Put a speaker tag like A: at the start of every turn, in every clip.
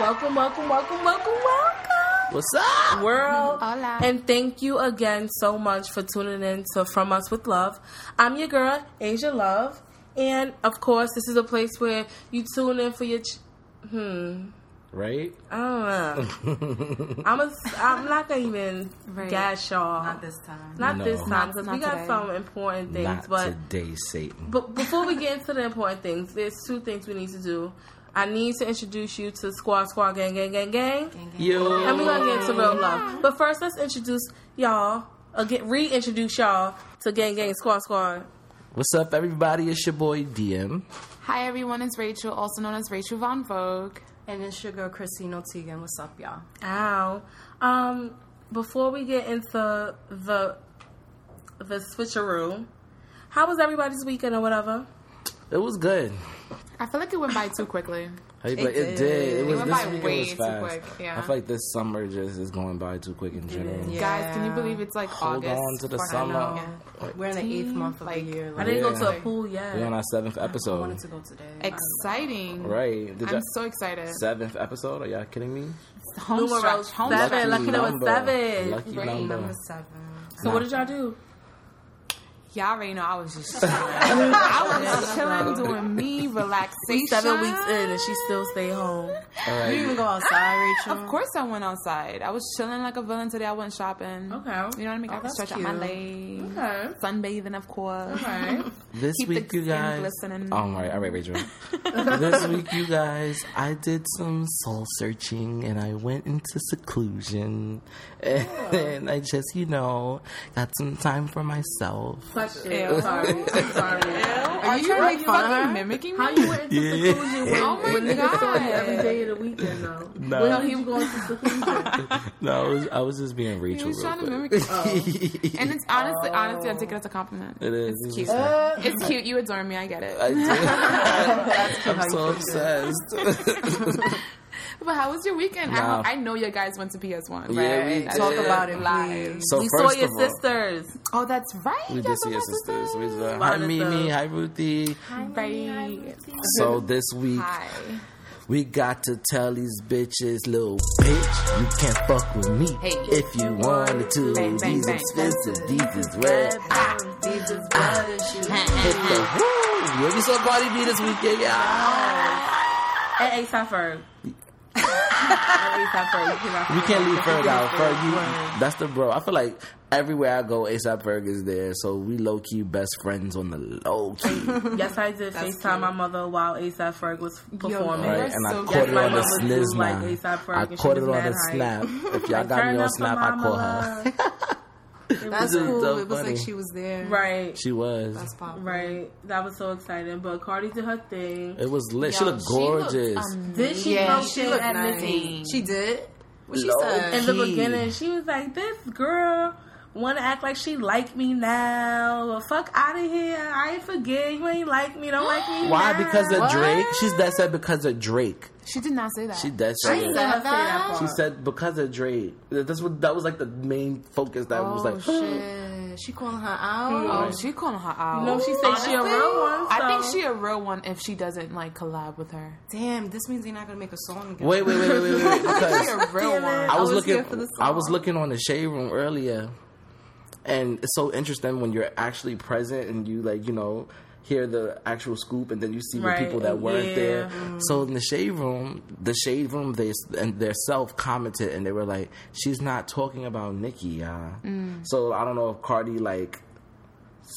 A: welcome, welcome, welcome, welcome, welcome,
B: What's up?
A: world.
C: Hola.
A: And thank you again so much for tuning in to From Us with Love. I'm your girl, Asia Love. And of course, this is a place where you tune in for your. Ch- hmm.
B: Right?
A: I don't know. I'm, a, I'm not going to even
C: Right.
A: gas y'all.
D: Not this time.
A: Not
B: No.
A: this time because
C: Not-
A: we
C: not
A: got
C: today.
A: some important things.
B: Not
A: but
B: today, Satan.
A: but before we get into the important things, there's two things we need to do. I need to introduce you to Squad Squad Gang Gang Gang Gang,
B: Yo.
A: and we're gonna get into real love. But first, let's introduce y'all again, reintroduce y'all to Gang Gang Squad Squad.
B: What's up, everybody? It's your boy DM.
C: Hi everyone, it's Rachel, also known as Rachel Von Vogue.
D: And it's your girl Christine O'Teagan. What's up, y'all?
A: Ow. Um, before we get into the the switcheroo, how was everybody's weekend or whatever?
B: It was good.
C: I feel like it went by too quickly.
B: I- but it
D: did.
B: did. It, was
C: went
B: this
C: by
B: week.
C: way
B: it was
C: too
B: fast.
C: quick, yeah.
B: I feel like this summer just is going by too quick in general.
D: Yeah.
C: Guys, can you believe it's like
B: Hold
C: August?
B: on to the
C: fucking-
B: summer.
C: Yeah.
D: We're in the eighth month of
C: like-
D: the year.
A: I
D: Like,
A: didn't go to a
C: Yeah.
A: pool yet.
B: We're on our seventh
D: I
B: episode.
D: wanted to go today.
C: Exciting.
B: Right? Did
C: I'm
B: y'all-
C: so excited.
B: seventh episode? Are y'all kidding me?
C: Home
A: Numero
C: stretch, home
A: seven.
C: stretch.
A: lucky number seven.
B: Lucky
C: Right,
B: number.
D: Number seven.
A: So what did y'all do?
C: Y'all already know I was just chilling. I was chilling, doing me, relaxation.
A: Seven weeks in and she still stay home.
B: All
D: You
B: right.
D: even go outside, Rachel?
C: Of course, I went outside. I was chilling like a villain today. I went shopping.
A: Okay.
C: You know what I mean? I
D: that's
C: stretch out my
D: cute.
C: legs.
A: Okay.
C: Sunbathing, of course.
A: Okay.
B: This
C: Keep the
B: week, you
C: skin
B: guys.
C: glistening.
B: Oh, all right, all right, Rachel. this week, you guys, I did some soul searching and I went into seclusion
C: Oh.
B: and, I just, you know, got some time for myself.
A: Question.
C: Ew.
A: Sorry. I'm sorry.
C: Are you
A: trying
C: like
A: to make fun of
C: fucking
A: her?
C: mimicking me?
A: How you went into
B: Yeah.
A: seclusion when,
C: Oh my
A: when niggas saw you
C: God.
A: every day of the weekend though?
B: No.
A: When are you going to seclusion?
B: No, I was, I was just being
C: He
B: Rachel.
C: was
B: real
C: trying to
B: quick.
C: mimic me. And it's honestly, honestly, I take it as a compliment.
B: It is. It's
C: It's cute.
B: just-
C: It's cute. You adore me. I get
B: I
C: it.
B: did. I'm so obsessed.
C: But how was your weekend? I,
B: Nah.
C: hope- I know you guys went to PS1.
B: Yeah, we
C: right?
D: Talk
B: did.
D: about it,
C: Live.
D: please.
B: so
A: we saw
B: first
A: your
B: of all,
A: sisters.
C: Oh, that's right.
B: we
C: You
B: did
C: guys
B: see
C: were
B: your
C: my
B: sisters. We saw- hi,
A: Monica.
B: Mimi. Hi, Ruthie.
C: Right.
B: So this week
C: Hi.
B: we got to tell these bitches, little bitch, you can't fuck with me
C: Hey.
B: if you wanted to.
C: Bang, bang,
B: these
C: bang.
B: expensive, these is red. Ah.
D: These is blood issues.
B: Hit the woo. Yeah, we saw Cardi B this weekend, y'all.
A: And ASAP Ferg. And ASAP Ferg. You cannot
B: We
A: forget.
B: can't leave Ferg out. Ferg, you, that's the bro. I feel like everywhere I go, ASAP Ferg is there. So we low key best friends on the low key.
A: Yes, I did FaceTime my mother while ASAP Ferg was performing.
B: Right,
C: You're
B: and I
C: so
B: caught
C: good.
B: it
A: My
B: on the
A: mama do
B: snizz
A: like
B: line.
A: A$AP Ferg,
B: I
A: and she
B: caught
A: was
B: it on
A: mad
B: the
A: hype.
B: snap. If y'all got
A: Turn
B: me on
A: up for
B: snap, I
A: mama
B: caught her.
A: love.
D: That's
B: This is
D: cool.
B: so
D: it was
B: funny.
D: like she was there.
A: Right.
B: She was.
D: That's pop.
A: Right. That was so exciting. But Cardi did her thing.
B: It was lit. she
C: Yo,
B: looked
C: she looked
B: gorgeous.
C: amazing.
A: Did she
D: Yeah,
A: know
D: she
A: shit
D: looked
A: at
D: nice.
A: Nicki?
D: She did. What she
B: Low
D: said.
A: in the
B: She-
A: beginning, she was like, "This girl want to act like she like me now. Well, fuck out of here. I ain't forget you ain't like me. Don't like me.
B: Why?
A: now."
B: Because of
C: What?
B: Drake. She's dead said because of Drake.
C: She did not say that.
B: She dead said.
A: She
B: it.
A: said that part.
B: She said because of Drake. That's what that was like the main focus. That was
C: Oh
B: like
D: Shit. She calling her out.
C: Oh, she calling her out.
A: You know, she said she a real one. So.
C: I think she a real one if she doesn't like collab with her.
D: Damn, this means they're not gonna make a song. again.
B: wait, wait, wait, wait, wait, wait.
C: She
B: Because
C: a real one.
B: I was
D: was
B: looking.
D: here for the
B: I was looking on the shade room earlier, and it's so interesting when you're actually present and you like you know hear the actual scoop and then you see
A: Right,
B: the people that weren't
A: yeah.
B: there. So in the shade room, the shade room they and their self commented and they were like, "She's not talking about Nikki, y'all." So I don't know if Cardi like.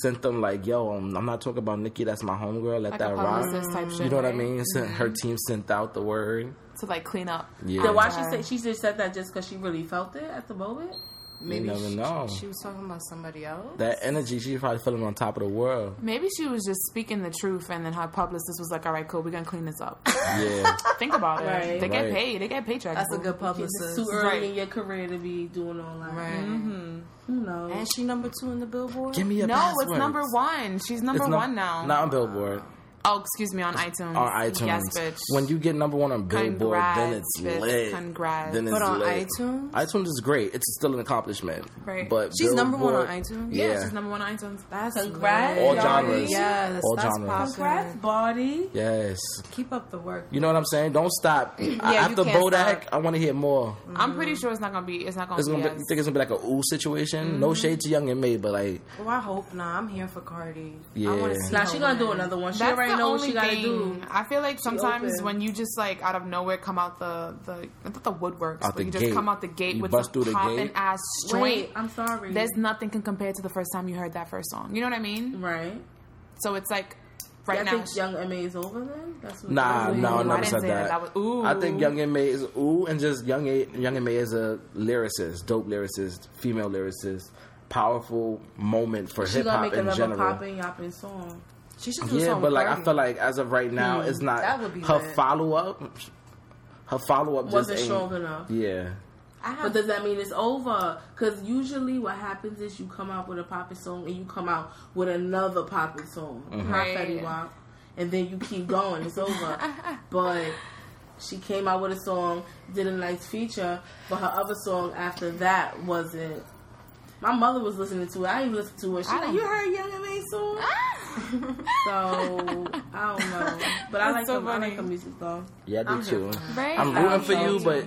B: Sent them like, yo, um, I'm, I'm not talking about Nikki. That's my homegirl. Let
C: Like
B: that
C: a
B: rock.
C: publicist type shit.
B: You know what I
C: right?
B: mean? Sent, Her team sent out the word.
C: To like clean up.
B: Yeah.
A: Then why she said she just said that just because she really felt it at the moment?
B: you never know.
D: She was talking about somebody else.
B: That energy, she's probably feeling on top of the world.
C: Maybe she was just speaking the truth, and then her publicist was like, "All right, cool, we're gonna clean this up."
B: Yeah.
C: Think about it.
A: Right.
C: They
B: Right.
C: get paid. They get paychecks.
D: That's a
C: boo.
D: good
A: It's
D: publicist.
A: too early
C: Right.
A: in your career to be doing online.
D: Right. Mm-hmm.
A: Who knows?
D: And she number two in the Billboard.
B: Give me a
C: No,
B: password.
C: it's number one. She's number
B: It's num-
C: one now.
B: Not on Billboard.
C: Oh, excuse me, on iTunes.
B: Or iTunes.
C: Yes, bitch.
B: When you get number one on Billboard, then it's
C: Congrats, bitch.
B: lit.
C: Congrats.
B: Then it's
D: But on
B: lit.
D: iTunes?
B: iTunes is great. It's still an accomplishment.
C: Right.
B: But
D: She's number one on
B: Billboard-
D: iTunes?
B: Yeah.
C: yeah, she's number one on iTunes. That's
A: Congrats,
C: lit.
B: All
A: Barbie.
B: genres.
D: Yes,
B: All
D: that's
B: genres.
D: popular.
A: Congrats, body.
B: Yes.
D: Keep up the work.
B: You know what I'm saying? Don't stop. I-
D: you
B: After
D: can't
B: Bodak,
D: stop. Mm,
B: I want to hear more.
C: I'm pretty sure it's not gonna be. It's not gonna
B: It's gonna
C: be.
B: be, you
C: as-
B: think it's gonna be like a ooh situation? No
D: Mm-hmm.
B: shade to Young and May, but like,
D: Well, I hope not. I'm here for Cardi.
B: Yeah.
D: I want to see
A: Now
D: her
A: she gonna do
D: win.
A: another one. She
C: That's
A: already
C: the
A: know what
C: only
A: she gotta
C: thing.
A: do.
C: I feel like sometimes
A: open.
C: when you just like out of nowhere come out the the not the woodworks,
B: Out
C: but
B: the
C: you just
B: gate.
C: come out the gate
B: You
C: with
B: bust
C: some
B: through the
C: popping
B: gate.
C: ass
A: Wait, um,
C: joint.
A: I'm sorry.
C: There's nothing can compare to the first time you heard that first song. You know what I mean?
A: right.
C: So it's like right
A: I
C: now.
A: think Young and May is over then. That's what
B: nah,
A: that's what
B: no, I
A: you-
B: never
C: didn't
B: said
C: say
B: that.
C: that. That was ooh.
B: I think Young and May is ooh, and just Young A, Young and May is a lyricist, dope lyricist, female lyricist, powerful moment for
A: She
B: hip
A: gonna
B: hop
A: make
B: in
A: another
B: general.
A: popping yapping song.
D: She should do
B: Yeah,
D: something
B: but like I
D: Cardi.
B: feel like as of right now, it's not
D: that would be
B: her
D: lit.
B: follow up. Her follow up
A: Wasn't
B: just ain't-
A: strong enough.
B: Yeah,
D: I
A: But
D: have
A: does that mean it's over? Because usually what happens is you come out with a popping song and you come out with another popping song,
B: Mm-hmm.
A: not
C: Right.
A: Fetty Wap, and then you keep going. It's over. but she came out with a song, did a nice feature, but her other song after that wasn't. My mother was listening to it. I even listened to it. She
C: I
A: like,
C: don't-
A: you heard Young and May song? so I don't know, but I
C: That's
A: like
C: so
A: her, I like
C: funny.
A: her music though.
B: yeah, I do too.
C: Right?
B: I'm
C: I
B: rooting for
C: don't
B: you,
C: know.
B: but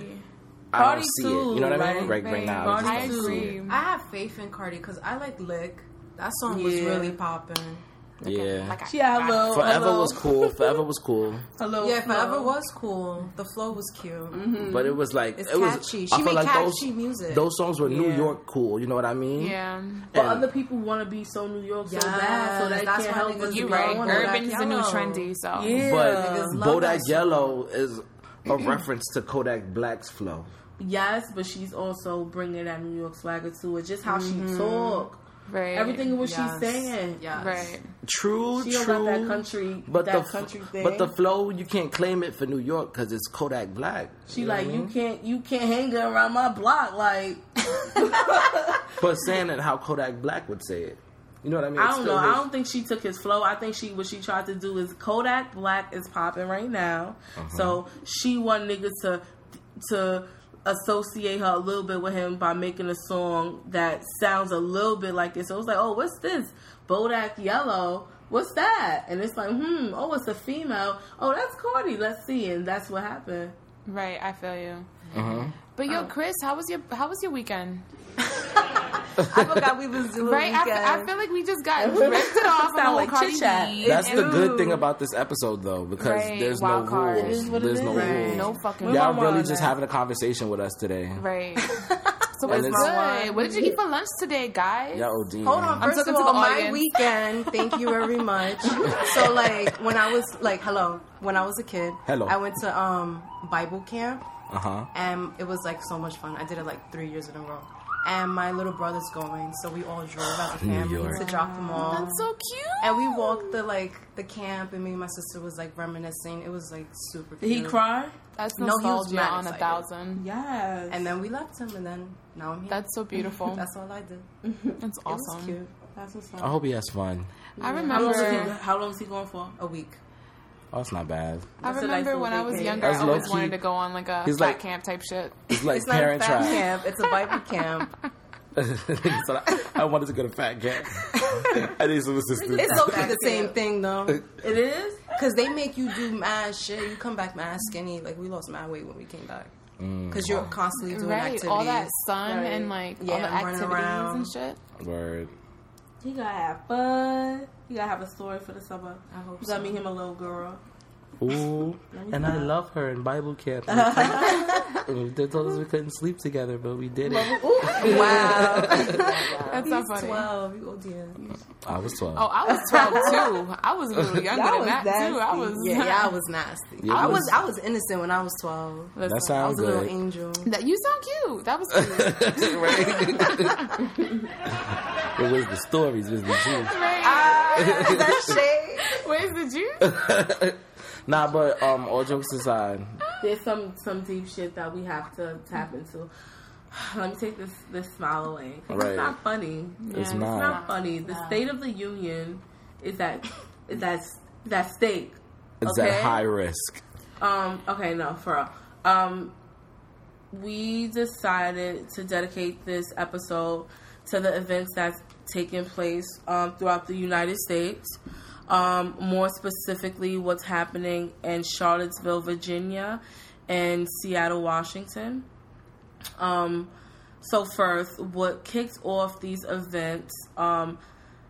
B: I
A: Cardi
B: don't see
A: too,
B: it. You know what I mean?
A: right?
B: Right, right,
C: Right.
B: now,
A: Cardi
B: I
C: I
B: just don't see
C: agree.
B: it.
D: I have faith in Cardi because I like Lick. That song was
A: Yeah.
D: really popping.
B: Yeah.
C: Like I-
A: She had a little
B: Forever
A: hello,
B: was cool. Forever was cool,
A: hello.
D: Yeah, Forever was cool. The flow was cute.
B: but
A: Mm-hmm.
B: it was like
D: It's
B: it was.
D: catchy.
B: I
D: She
B: feel
D: made
B: like
D: catchy
B: those,
D: music.
B: Those songs were New
A: Yeah.
B: York cool. You know what I mean?
C: Yeah.
A: But
B: And-
A: other people want to be so New York so
D: Yes,
A: bad, so that
D: that's
A: can't
D: why
A: help
D: niggas
A: but
D: be
A: to
C: You're
A: go
C: right.
A: on
D: Black
A: about
C: Urban's the new
D: Yellow.
C: trendy, so
A: Yeah.
B: But
D: Niggas love
B: Bodak
D: that
B: Yellow is a reference to Kodak Black's flow.
A: Yes, but she's also bringing that New York swagger to it. Just how she talk,
C: right.
A: everything in what
D: Mm-hmm. Yes.
A: she's saying.
D: Yes.
C: Right.
B: True,
A: She
B: true.
A: don't got that country,
B: but
A: that
B: the
A: country thing.
B: but the flow you can't claim it for New York because it's Kodak Black.
A: she
B: know
A: like
B: what I
A: you
B: mean?
D: Mm-hmm.
A: can't you can't hang her around my block. Like
B: But saying it how Kodak Black would say it, you know what I mean?
A: I
B: It's
A: don't
B: still
A: know.
B: his-
A: I don't think she took his flow. I think she what she tried to do is Kodak Black is popping right now, so she want niggas to to associate her a little bit with him by making a song that sounds a little bit like this. So it was like, oh, what's this Bodak Yellow? What's that? And it's like, hmm, oh, it's a female. Oh, that's Cardi. Let's see, and that's what happened.
C: Right. I feel you.
B: Uh-huh.
C: But yo, Chris, how was your how was your weekend?
D: I forgot we was doing
C: Right? I, fe- I
D: weekend.
C: feel like we just got ripped it off
A: Sound
C: about
A: like
C: like Cardi
A: chit-chat.
C: B.
B: That's the good
D: Ew.
B: thing about this episode, though, because
C: Right,
B: there's no
C: wild card.
B: rules.
C: It
A: is what it
B: there's
A: is.
B: no
A: Right.
B: rules.
C: No fucking
B: Y'all
A: rules.
B: really
A: Right.
B: just having a conversation with us today.
C: Right. so it's
B: it's-
C: good. What did you eat for lunch today, guys?
B: Y'all OD.
D: Hold
C: I'm
D: on. First
C: talking
D: of
C: to
D: all,
C: the
D: my
C: audience.
D: weekend. Thank you very much. so, like, when I was like, hello, when I was a kid,
B: Hello.
D: I went to um Bible camp,
B: Uh huh.
D: and Um, it was like so much fun. I did it like three years in a row. And my little brother's going, so we all drove out the
B: New
D: family
B: York.
D: to drop them all.
C: That's so cute.
D: and we walked the like the camp, and me and my sister was like reminiscing. It was like super.
A: Did
D: Cute.
A: he cry?
C: That's
D: No, he was
C: nostalgia
D: mad
C: on a
D: excited.
C: thousand.
A: Yes.
D: And then we left him, and then now I'm here.
C: That's so beautiful.
D: That's all I did.
C: That's
D: It was
C: awesome.
D: cute.
A: that's what's
B: I
A: up.
B: hope he has fun.
C: I
A: How long, is he,
C: remember.
A: how long is he going for?
D: A week.
B: Oh, it's not bad.
C: I
A: That's a
C: remember
A: nice
C: when I
A: little
C: was
A: vacation.
C: younger,
B: That's
C: I always
B: low-key-
C: wanted to go on like a
B: He's
C: fat
B: like-
C: camp type shit.
B: It's like
D: It's not a
B: parent
D: fat
B: trap.
D: camp. It's a Bible camp.
B: so I, I wanted to go to Fat Cat. I need some assistance.
D: It's okay the same thing
B: Uh,
D: though,
A: It is.
D: because they make you do mad shit. You come back mad skinny. Like we lost mad weight when we came back,
B: Mm.
D: because you're constantly doing
C: Right,
D: activities.
C: all that sun and like all
D: Yeah,
C: the
D: running
C: activities
D: around.
C: and shit.
B: Word.
A: You gotta have fun. You gotta have a story for the summer.
D: I hope
A: You gotta
D: so.
A: meet him a little girl.
B: Ooh, and I love her in Bible camp. And they told us we couldn't sleep together, but we did it.
D: Wow,
C: That's so funny.
D: twelve. You old dear.
B: I was twelve.
C: Oh, I was twelve too. I was a little younger
D: That
C: than
D: was
C: that
D: nasty.
C: too. I was
D: yeah, yeah, I was nasty.
B: Yeah,
D: I
B: you
D: was
B: was-
D: I was innocent when I was twelve.
C: Listen,
B: that
D: I
B: sounds
D: was a little
B: good.
D: angel.
C: that- you sound cute. That was cute.
B: It was the stories, it was the juice.
D: Ah,
C: Where's the juice?
B: Nah, but um, all jokes aside,
A: There's some some deep shit that we have to tap into. Let me take this this smile away.
B: Right.
A: It's not funny.
B: it's
C: it's
A: It's
B: not.
A: not funny. The State of the Union is that is that that steak.
B: It's
A: okay?
B: at high risk.
A: Um, okay, no, for real. Um, we decided to dedicate this episode to the events that's taking place um, throughout the United States. Um, more specifically, what's happening in Charlottesville, Virginia, and Seattle, Washington. Um, so, first, what kicked off these events? Um,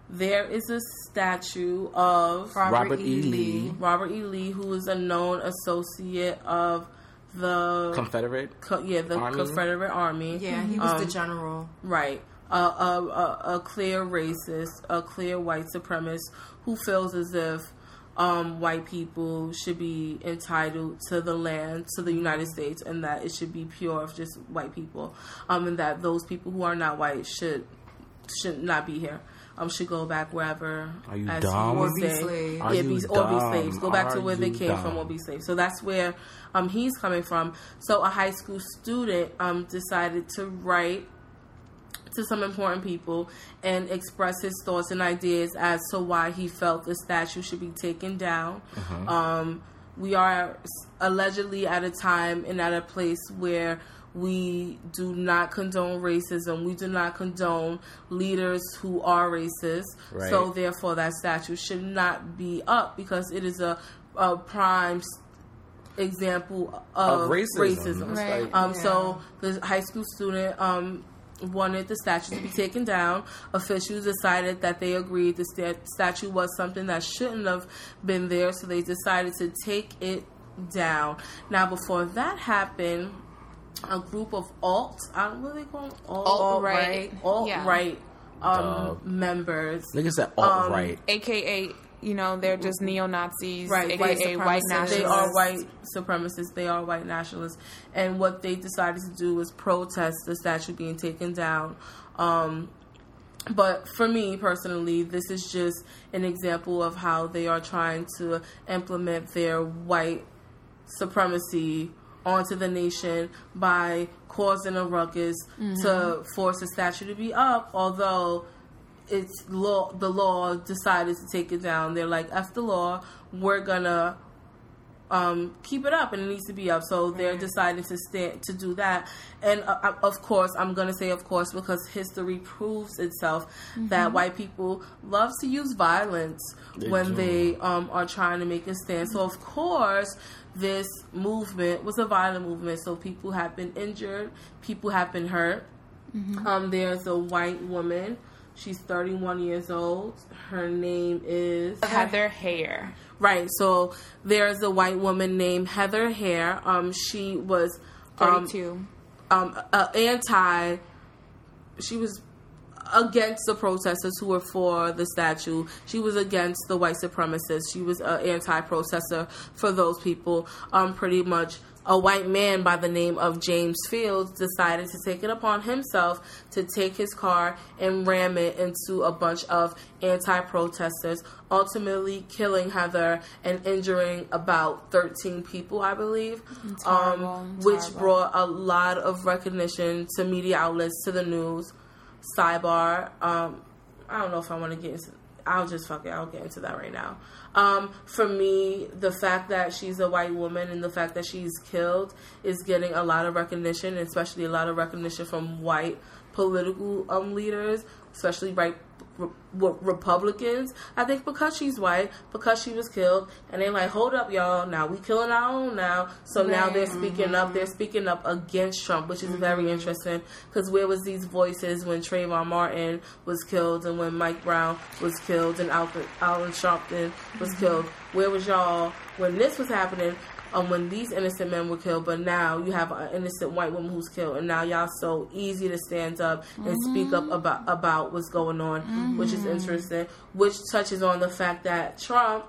A: there is a statue of
B: Robert E. Lee,
A: Robert E. Lee, who is a known associate of the
B: Confederate.
A: co- yeah the
B: Army?
A: Confederate Army.
D: Yeah, he was the general.
A: right. A, a, a, a clear racist, a clear white supremacist who feels as if um, white people should be entitled to the land, to the United States, and that it should be pure of just white people, um, and that those people who are not white should should not be here. Um, should go back wherever.
B: Are you
A: as
B: dumb?
A: would
D: Or be
A: say.
D: slaves.
B: Are
A: yeah,
B: you
A: be, or be
B: dumb?
A: slaves. Go back
B: Are
A: to where they
B: you
A: came from,
B: dumb?
A: or be slaves. So that's where um, he's coming from. So a high school student um, decided to write to some important people and express his thoughts and ideas as to why he felt the statue should be taken down. Um, we are s- allegedly at a time and at a place where we do not condone racism. We do not condone leaders who are racist.
B: Right.
A: So therefore, that statue should not be up because it is a, a prime s- example of,
B: Of racism.
A: racism.
B: It's
C: Right.
B: like-
A: Um, So the high school student um, wanted the statue to be taken down. Officials decided that they agreed the sta- statue was something that shouldn't have been there, so they decided to take it down. Now, before that happened, a group of alt, I don't really call them alt-right,
C: Alt-right, yeah.
A: alt-right um,
B: Dog.
A: members.
B: Niggas said alt right.
C: AKA, you know, they're just neo Nazis,
A: Right, white
C: AKA white,
A: supremacists.
C: nationalists.
A: They are white supremacists. They are white nationalists. And what they decided to do was protest the statue being taken down. Um, but for me personally, this is just an example of how they are trying to implement their white supremacy onto the nation by causing a ruckus
C: Mm-hmm.
A: to force the statue to be up, although it's law the law decided to take it down. They're like, F the law, we're gonna um, keep it up and it needs to be up. So they're deciding to stand to do that. And uh, uh, of course, I'm going to say of course because history proves itself that white people love to use violence when
B: do.
A: they um, are trying to make a stand. So of course, this movement was a violent movement. So people have been injured, people have been hurt. Um, there's a white woman. She's 31 years old. Her name is
C: Heather Hair.
A: Right. So there's a white woman named Heather Hare. Um, she was um,
C: 32.
A: um, uh, anti. She was against the protesters who were for the statue. She was against the white supremacists. She was an anti-protester for those people. Um, pretty much. A white man by the name of James Fields decided to take it upon himself to take his car and ram it into a bunch of anti protesters, ultimately killing Heather and injuring about 13 people, I believe,
C: horrible.
A: um,
C: It's
A: which
C: horrible.
A: brought brought a lot of recognition to media outlets, to the news. Sidebar. Um, I don't know if I want to get into. I'll just fuck it. I'll get into that right now. Um, for me, the fact that she's a white woman and the fact that she's killed is getting a lot of recognition, and especially a lot of recognition from white political um leaders, especially right re- re- Republicans. I think because she's white, because she was killed, and they like, hold up, y'all. Now we killing our own now. So now they're speaking up. They're speaking up against Trump, which is very interesting. Because where was these voices when Trayvon Martin was killed and when Mike Brown was killed and Alfred, Alan Sharpton was killed? Where was y'all when this was happening? Um, when these innocent men were killed, but now you have an innocent white woman who's killed, and now y'all so easy to stand up and speak up about about what's going on, which is interesting. Which touches on the fact that Trump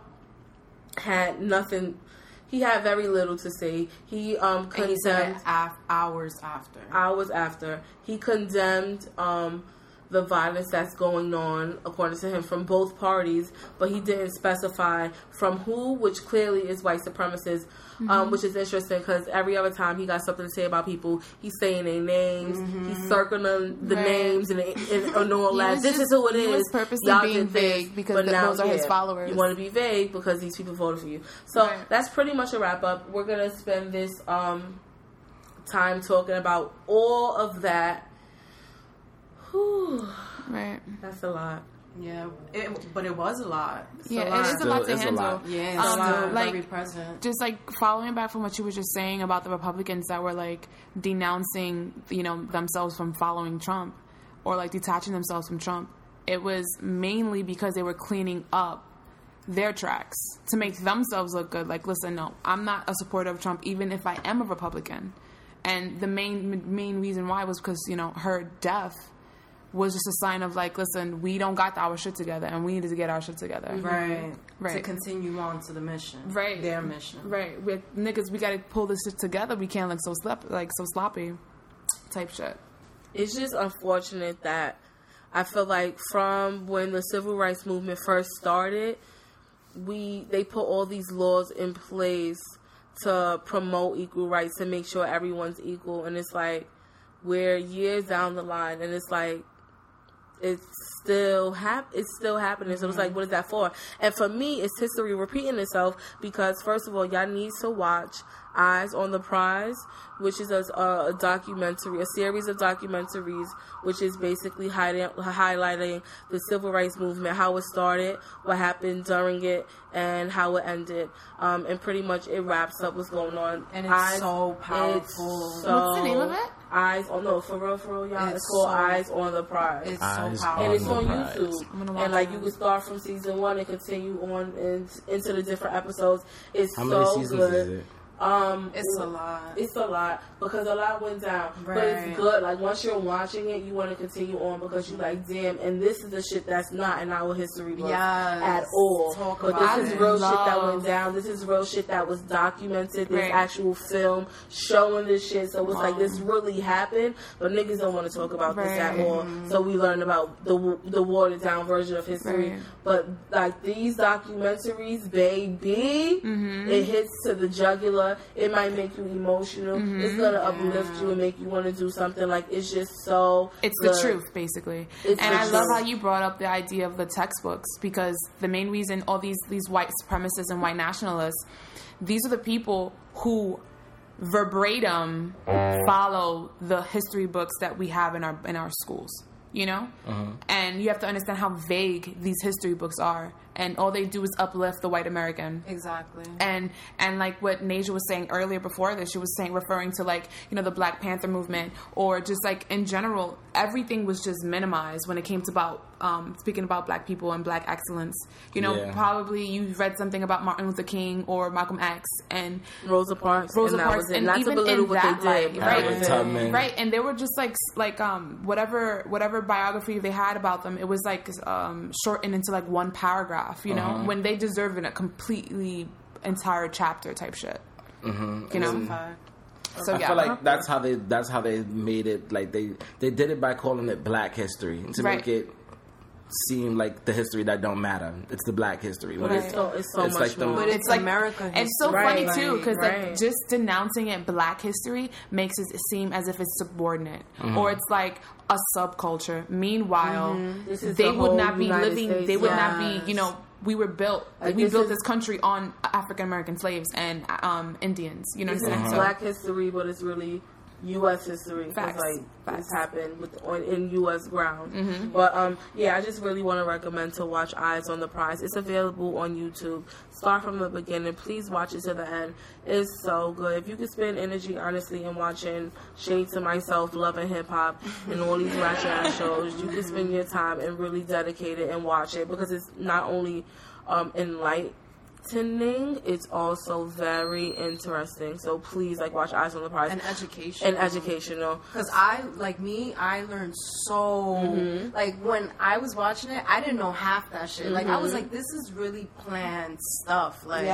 A: had nothing. He had very little to say. He um
D: And he said
A: condemned
D: af- hours after.
A: hours after he condemned um the violence that's going on, according to him, from both parties, but he didn't specify from who, which clearly is white supremacists,
C: Mm-hmm.
A: um, which is interesting because every other time he got something to say about people, he's saying their names, he's circling them, the
C: Mm-hmm. Right.
A: names, and, and, and all
C: He
A: that.
C: was
A: This
C: just-
A: is who it
C: he
A: is.
C: was purposely
A: Y'all
C: being
A: did this,
C: vague because
A: but
C: th-
A: now,
C: those are his followers.
A: You want to be vague because these people voted for you. So
C: Right.
A: that's pretty much a wrap up. We're gonna spend this um, time talking about all of that. Whew.
C: Right.
A: That's a lot.
D: Yeah, it, but it was a lot. It's
C: yeah,
D: a lot.
C: it is a lot
B: Still,
C: to
B: it's a
C: handle.
B: lot.
D: yeah, it's
C: Um,
D: still
C: like-
D: very present.
C: Just like following back from what you were just saying about the Republicans that were like denouncing, you know, themselves from following Trump or like detaching themselves from Trump. It was mainly because they were cleaning up their tracks to make themselves look good. Like, listen, no, I'm not a supporter of Trump, even if I am a Republican. And the main m- main reason why was because you know her death was just a sign of like, listen, we don't got our shit together, and we needed to get our shit together.
D: Right. To
C: Right.
D: continue on to the mission.
C: Right.
D: Their mission.
C: Right, with niggas, we gotta pull this shit together. We can't look so slop- like so sloppy, type shit.
A: It's just unfortunate that I feel like from when the civil rights movement first started, we they put all these laws in place to promote equal rights to make sure everyone's equal, and it's like we're years down the line, and it's like it's still hap- it's still happening. So it's
D: Mm-hmm.
A: like, what is that for? And for me, it's history repeating itself because first of all, y'all need to watch Eyes on the Prize, which is a, a documentary, a series of documentaries, which is basically hiding, highlighting the civil rights movement, how it started, what happened during it, and how it ended. Um, and pretty much it wraps up what's going on.
D: And it's so powerful.
A: it's
C: What's the name of it?
A: Eyes on no, for real, for real, y'all. It's,
D: It's
A: called
D: so-
A: Eyes on the Prize
D: It's
B: Eyes
D: so
B: on
A: and
D: powerful.
A: it's
B: the
A: on
B: prize.
C: I'm gonna
A: YouTube.
C: watch
A: And like
C: it.
A: you can start from season one and continue on and into the different episodes. It's
B: How
A: so
B: many seasons
A: good.
B: is it?
A: Um,
D: It's a lot.
A: It's a lot because a lot went down, but
D: Right.
A: it's good. Like once you're watching it, you want to continue on because you like, damn, and this is the shit that's not in our history book
D: Yes.
A: at all.
D: Talk
A: but
D: about
A: this is
D: it.
A: real shit that
C: Love.
A: went down. This is real shit that was documented. This
C: Right.
A: actual film showing this shit. So it's like this really happened, but niggas don't want to talk about this at
C: Right.
A: all. So we learn about the w- the watered down version of history.
C: Right.
A: But like these documentaries, baby,
C: Mm-hmm.
A: it hits to the jugular. It might make you emotional.
C: Mm-hmm.
A: It's gonna uplift you and make you want to do something. Like it's just so.
C: It's the
A: good.
C: truth, basically.
A: It's
C: and
A: the
C: I love
A: truth.
C: how you brought up the idea of the textbooks because the main reason all these these white supremacists and white nationalists, these are the people who verbatim follow the history books that we have in our in our schools. You know,
A: Uh-huh.
C: and you have to understand how vague these history books are, and all they do is uplift the white American.
D: Exactly.
C: and and like what Naja was saying earlier before this, she was saying referring to like you know the Black Panther movement or just like in general, everything was just minimized when it came to about um, speaking about Black people and Black excellence. You know,
B: Yeah.
C: probably you read something about Martin Luther King or Malcolm X and
A: Rosa Parks.
C: Rosa
A: and that
C: Parks,
A: was it.
C: and
A: Not to
C: even
A: belittle
C: in
A: what
C: that
A: they did.
C: light,
A: but that
C: right?
A: was
B: Harriet
A: it.
B: Tubman.
C: right and they were just like s- like um whatever whatever biography they had about them it was like um shortened into like one paragraph you know
A: Uh-huh.
C: when they deserve a completely entire chapter type shit
A: Mm-hmm.
C: you know so
B: I
C: yeah
B: feel like that's how they that's how they made it like they they did it by calling it black history to
C: Right.
B: make it seem like the history that don't matter. It's the black history. But
A: But
B: it's
A: it's so it's so
B: It's
A: much
B: like the-
A: more.
D: But it's like America.
C: it's so
A: Right,
C: funny too because like
A: right.
C: just denouncing it black history makes it seem as if it's subordinate
B: Mm-hmm.
C: or it's like a subculture meanwhile
A: Mm-hmm. This is
C: they
A: the
C: would
A: whole
C: not be
A: United
C: living
A: States,
C: they would not
D: yes.
C: be you know we were built
A: Like,
C: we
A: this
C: built
A: is-
C: this country on african american slaves and um indians you know what
A: It's
C: i'm
B: Mm-hmm.
C: saying So-
A: black history, but it's really U.S. history. 'cause,
C: Facts.
A: Like
C: Facts.
A: this happened with on in U.S. ground. But um, yeah, I just really want to recommend to watch Eyes on the Prize. It's available on YouTube. Start from the beginning. Please watch it to the end. It's so good. If you could spend energy honestly in watching Shade to Myself, Love and Hip Hop, and all these ratchet ass shows, you can spend your time and really dedicate it and watch it because it's not only um enlight enlightening. It's also very interesting. So please, like, watch Eyes on the Prize
D: an education.
A: and educational.
D: Because I, like me, I learned so.
B: Mm-hmm.
D: Like when I was watching it, I didn't know
B: Mm-hmm.
D: half that shit. Like I was like, this is really planned stuff. Like,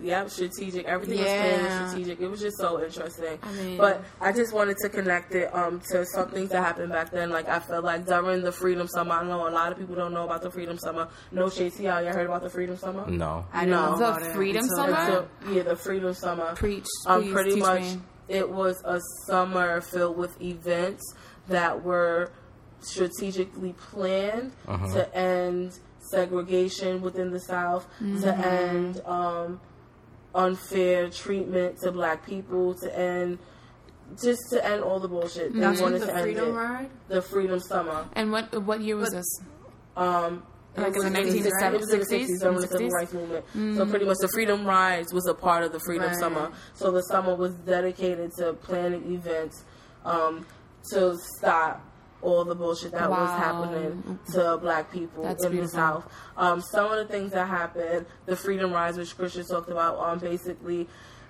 A: Yep, strategic. Everything was
C: Yeah.
A: planned, strategic. It was just so interesting.
C: I mean-
A: but I just wanted to connect it um to some things that happened back then. Like I felt like during the Freedom Summer, I know a lot of people don't know about the Freedom Summer. No shade to y'all. Y'all heard about the Freedom Summer?
B: No.
C: I don't
A: No.
C: know
D: About
C: the
D: it.
C: Freedom
D: Until-
C: Summer.
A: So, yeah, the Freedom Summer.
C: Preach,
A: um,
C: please,
A: pretty
C: teach
A: much
C: me.
A: it was a summer filled with events that were strategically planned to end segregation within the South,
C: Mm-hmm.
A: to end um, unfair treatment to black people, to end just to end all the bullshit. They
D: That's when
A: wanted
D: the
A: to end
D: freedom
A: it.
D: ride.
A: The Freedom Summer.
C: And what what year was this?
A: Um,
C: Like
A: it
C: in
A: was
C: the 1960s,
A: it was in the
C: 60s,
A: during the civil
C: 60s?
A: rights movement.
C: Mm-hmm.
A: So pretty much the Freedom Rides was a part of the Freedom
D: Right.
A: Summer. So the summer was dedicated to planning events um, to stop all the bullshit that was
C: Wow.
A: happening to black people
C: That's
A: in
C: beautiful.
A: the South. Um, some of the things that happened, the Freedom Rides, which Christian talked about, um, basically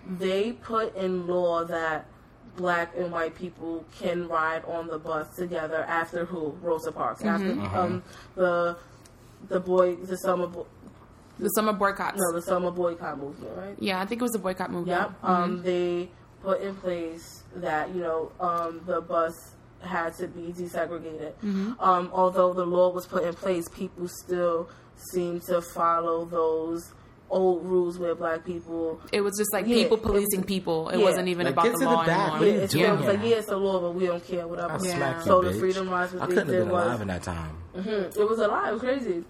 A: they put in law that black and white people can ride on the bus together after who Rosa Parks after
C: Mm-hmm.
A: um the the boy the summer bo-
C: The summer boycotts.
A: no the summer boycott movement right
C: Yeah, I think it was the boycott movement.
A: Yep. Um,
B: Mm-hmm.
A: they put in place that you know um, the bus had to be desegregated.
B: Mm-hmm.
A: Um, although the law was put in place, people still seem to follow those old rules where black people.
C: It was just like
A: Yeah.
C: people policing people. It
A: Yeah.
C: wasn't even
B: Like,
C: about
B: get
C: the
B: to the back.
C: law
A: Yeah,
B: What are
C: anymore.
B: you
A: it's
B: doing
A: still- it's like
B: here?
A: yeah, it's a law, but we don't care. Whatever.
B: I smacked
A: So
B: you,
A: the
B: bitch.
A: freedom rides.
B: I
A: What they
B: couldn't have
A: did
B: been
A: was
B: alive in that time.
A: Mhm. It was a lot. It was crazy.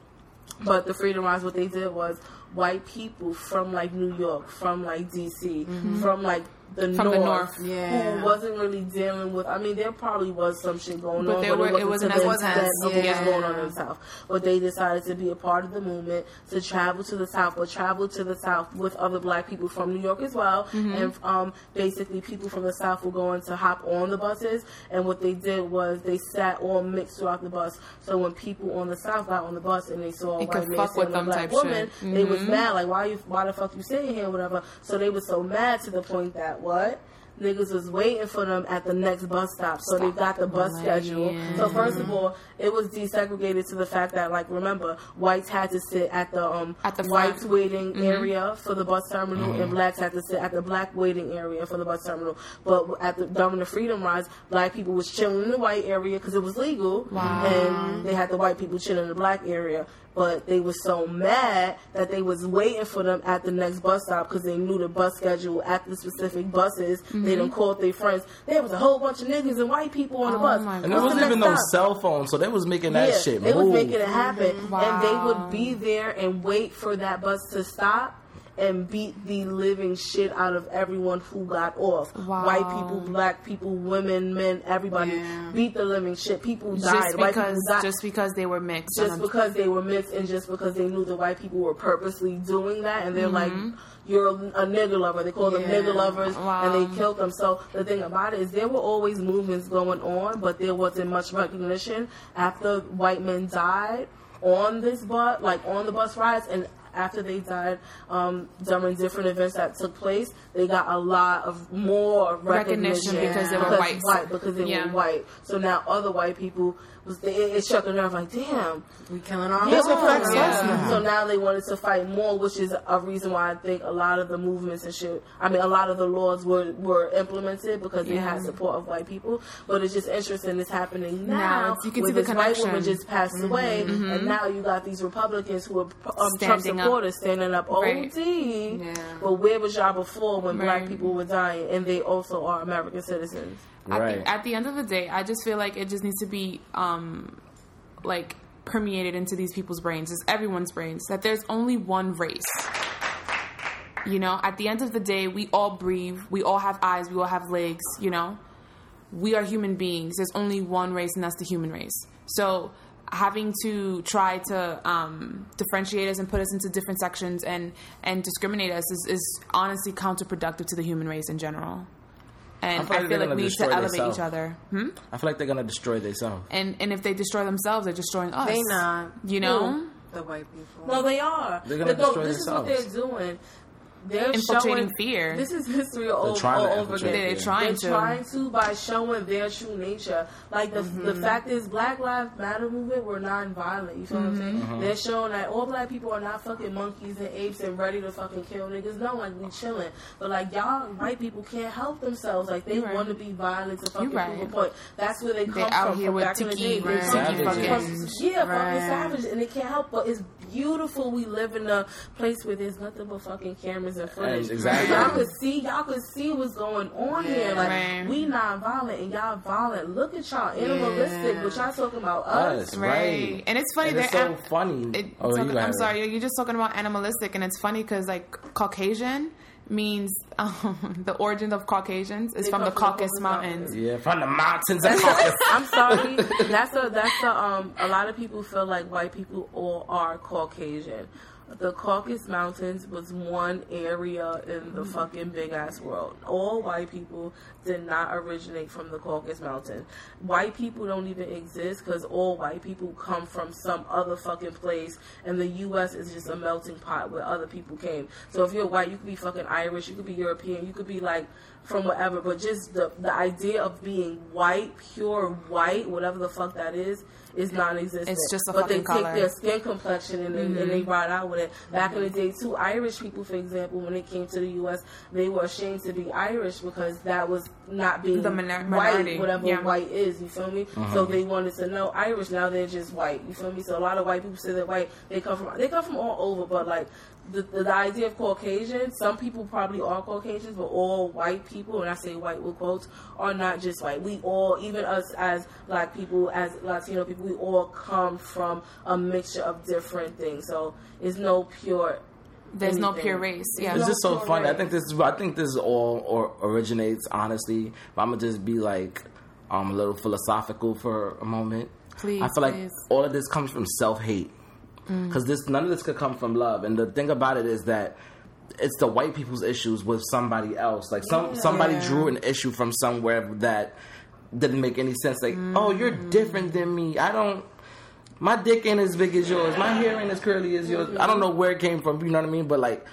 A: But the Freedom Rides, what they did was white people from like New York, from like DC, from like the
C: Mm-hmm. From
A: north,
C: the north,
D: yeah.
A: who wasn't really dealing with. I mean, there probably was some shit going
C: But
A: on,
C: there
A: but
C: were- it
A: it wasn't
C: wasn't
A: to the
C: as-
A: extent
D: wasn't
A: of
D: as-
A: what was
D: yeah.
A: going on in the South. But they decided to be a part of the movement to travel to the South, but travel to the South with other black people from New York as well.
C: Mm-hmm.
A: And um, basically, people from the South were going to hop on the buses. And what they did was they sat all mixed throughout the bus. So when people on the South got on the bus and they saw a
C: It could
A: white man
C: fuck
A: sitting
C: with
A: with a
C: them
A: black
C: type
A: woman,
C: shit. Mm-hmm.
A: they was mad. Like, why you? Why the fuck you sitting here? Whatever. So they was so mad to the point that what? Niggas was waiting for them at the next bus stop, so they got the bus
C: Like,
A: schedule. So first of all, it was desegregated to the fact that, like, remember, whites had to sit at the um
C: At the front. Mm-hmm.
A: whites waiting area for the bus terminal, and blacks had to sit at the black waiting area for the bus terminal. But at the during the freedom rides, black people was chilling in the white area because it was legal, and they had the white people chilling in the black area. But they were so mad that they was waiting for them at the next bus stop because they knew the bus schedule at the specific buses. They
C: Mm-hmm.
A: done called their friends. There was a whole bunch of niggas and white people on the
C: Oh
A: bus.
C: my
A: What's
B: And
C: God.
B: there
A: the
B: wasn't even
A: next
B: no
A: stop?
B: cell phone, so they was making that
A: yeah,
B: shit
A: They
B: move.
A: was making it happen, and they
C: Wow.
A: would be there and wait for that bus to stop and beat the living shit out of everyone who got off.
C: Wow.
A: White people, black people, women, men, everybody
D: Yeah.
A: beat the living shit. People died.
C: Just
A: White people
C: because
A: died
C: just because they were mixed.
A: just
C: on a-
A: because they were mixed and just because they knew the white people were purposely doing that and they're
C: Mm-hmm.
A: like you're a nigger lover they call them
D: Yeah.
A: nigger lovers
C: Wow.
A: and they killed them so the thing about it is there were always movements going on but there wasn't much recognition after white men died on this bus like on the bus rides and after they died um, during different events that took place, they got a lot of more recognition,
C: Recognition because they were whites.
A: because they
C: Yeah.
A: were white. So now other white people was it, it shook them around like, damn,
D: We killing our
A: yeah,
D: own.
A: so,
B: complex
A: now-
C: life
B: now.
A: so now they wanted to fight more, which is a reason why I think a lot of the movements and shit. I mean, a lot of the laws were were implemented because they had
C: Yeah.
A: support of white people. But it's just interesting. It's happening
C: Now,
A: now.
C: it's- you can
A: where
C: see the
A: this white
C: connection. Mm-hmm.
A: woman just passed away, and now you got these Republicans who are um, Trump
C: Standing up.
A: supporters standing up.
C: Right.
A: OD.
D: Yeah.
A: But where was y'all before when black
C: Right.
A: people were dying, and they also are American citizens?
C: at,
B: Right.
C: the, at the end of the day, I just feel like it just needs to be um, like permeated into these people's brains, it's everyone's brains, that there's only one race. You know, at the end of the day, we all breathe, we all have eyes, we all have legs, you know. We are human beings. There's only one race, and that's the human race. So, having to try to um, differentiate us and put us into different sections and, and discriminate us is, is honestly counterproductive to the human race in general. And
B: I feel like
C: I
B: they're
C: feel like
B: gonna
C: we need to
B: destroy
C: elevate
B: themselves.
C: each other. Hmm?
B: I feel like they're gonna destroy themselves.
C: And and if they destroy themselves, they're destroying us.
D: They not.
C: You know?
D: The white people.
A: No, they are.
B: They're gonna
A: They go-
B: destroy
A: this is what
B: themselves.
A: they're doing. they're
C: infiltrating
A: showing,
C: fear.
A: This is history all,
B: trying to
A: all over again.
B: infiltrate They're fear.
C: trying
A: They're
C: to.
A: trying to by showing their true nature. Like the the
C: Mm-hmm.
A: fact is, Black Lives Matter movement were non-violent. You feel what I'm saying?
B: Mm-hmm.
A: They're showing that all black people are not fucking monkeys and apes and ready to fucking kill niggas. No, like we chilling, but like y'all white people can't help themselves. Like they
C: You right.
A: want to be violent to fucking
C: You right.
A: prove a point. That's where they come
C: They out
A: from.
C: here
A: from
C: with
A: back in the day.
C: tiki,
A: They
C: right.
A: come from-
C: Savages.
A: Yeah, fucking
C: Right.
A: savage and it can't help but it's beautiful we live in a place where there's nothing but fucking cameras and footage.
B: And exactly.
A: Y'all could see y'all could see what's going on here. Like
C: Right.
A: we non-violent and y'all violent. Look at y'all animalistic,
C: Yeah.
A: but y'all talking about us.
B: Us,
C: Right.
B: right.
C: And it's funny
B: And it's
C: they're
B: so
C: am-
B: funny.
C: It,
B: Oh,
C: talk-
B: you have
C: I'm
B: it.
C: sorry, you're- you're just talking about animalistic, and it's funny because like Caucasian means um, the origin of Caucasians is
A: They
C: from the
A: come from the
C: Caucasus
A: Caucasus
C: Mountains.
B: Yeah, from the mountains of Caucasus.
A: I'm sorry. That's a that's a um a lot of people feel like white people all are Caucasian. The Caucasus Mountains was one area in the fucking big ass world. All white people did not originate from the Caucasus Mountains. White people don't even exist because all white people come from some other fucking place, and the U.S. is just a melting pot where other people came. So if you're white, you could be fucking Irish, you could be European, you could be like from whatever, but just the the idea of being white, pure white, whatever the fuck that is, is non-existent.
C: It's just a
A: but they
C: fucking
A: take
C: color. Mm-hmm.
A: their skin complexion and they, and they ride out with it. Back in the day, too, Irish people, for example, when they came to the U.S., they were ashamed to be Irish because that was not being
C: The minor-
A: white,
C: minority,
A: whatever
C: yeah.
A: white is. You feel me? So they wanted to know Irish. Now they're just white. You feel me? So a lot of white people say they're white. They come from they come from all over, but like. The, the, the idea of Caucasian, some people probably are Caucasians, but all white people, and I say white with quotes, are not just white. We all, even us as black people, as Latino people, we all come from a mixture of different things. So it's no pure.
C: There's no
A: anything.
C: pure race. Yeah,
B: It's
A: No.
B: just so
A: so
B: funny. I
A: right.
B: think this is. I think this is all or originates honestly. But I'm gonna just be like um, a little philosophical for a moment.
C: Please,
B: I feel like
C: please. Mm.
B: all of this comes from self hate because this none of this could come from love. And the thing about it is that it's the white people's issues with somebody else. Like some somebody
C: Yeah.
B: drew an issue from somewhere that didn't make any sense. Like, oh, you're
C: Mm.
B: different than me. I don't. My dick ain't as big as yours. My hair ain't as curly as yours.
C: Mm.
B: I don't know where it came from. You know what I mean? But like,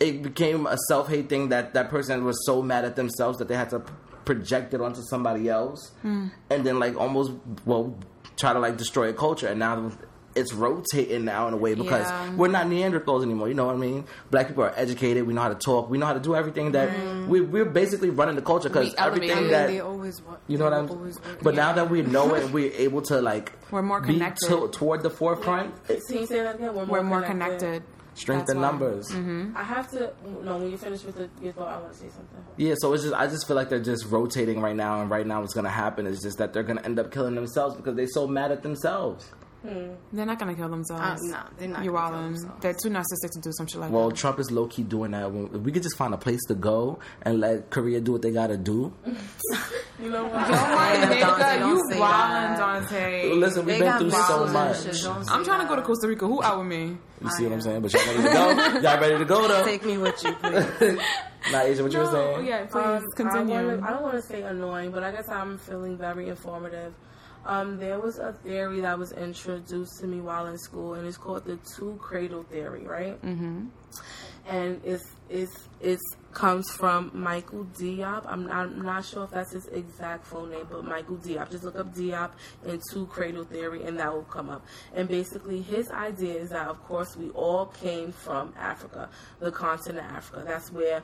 B: it became a self hate thing that that person was so mad at themselves that they had to project it onto somebody else,
C: Hmm.
B: and then like almost well try to like destroy a culture. And now it's rotating now in a way because
C: Yeah.
B: we're not Neanderthals anymore. You know what I mean? Black people are educated. We know how to talk. We know how to do everything that we, we're basically running the culture because
C: Hmm. We elevate
B: everything
C: it.
B: that
D: they always want.
B: you know what I'm.
D: Always
B: But now that we know it, we're able to like
C: We're more
B: be
C: connected.
B: to- toward the forefront.
A: Can you say that again?
C: we're more connected.
B: Strength
C: That's
B: in
C: why. Mm-hmm.
B: numbers.
A: I have to. No, when you finish with the, your thought, I want to say something.
B: Yeah, so it's just I just feel like they're just rotating right now, and right now what's gonna happen is just that they're gonna end up killing themselves because they're so mad at themselves.
C: They're not gonna kill themselves.
D: Uh, no, they're not
C: You're
D: gonna kill
C: wildin'.
D: themselves.
C: They're too narcissistic to do some shit like
B: Well,
C: that.
B: Trump is low key doing that. When- If we could just find a place to go and let Korea do what they gotta do.
A: You know what? Um,
D: Dante, don't
C: you
D: say
C: wildin',
D: that.
C: Dante.
B: Listen, we've
D: They
B: been
D: got
B: through so much.
D: violence and shit, don't say
C: I'm trying to go to
D: that.
C: Costa Rica. Who out with me?
B: You see what I'm saying? But y'all ready to go? y'all ready to go though?
D: Take me with you, please.
B: Nah, Asia, what you were
C: No,
B: saying?
C: yeah, please
A: Um,
C: continue.
A: I, wanna, I don't want to say annoying, but I guess I'm feeling very informative. Um, there was a theory that was introduced to me while in school, and it's called the two cradle theory, right? Mm-hmm. And it's it's it's comes from Michael Diop. I'm not, I'm not sure if that's his exact full name, but Michael Diop. Just look up Diop and two cradle theory, and that will come up. And basically, his idea is that, of course, we all came from Africa, the continent of Africa. That's where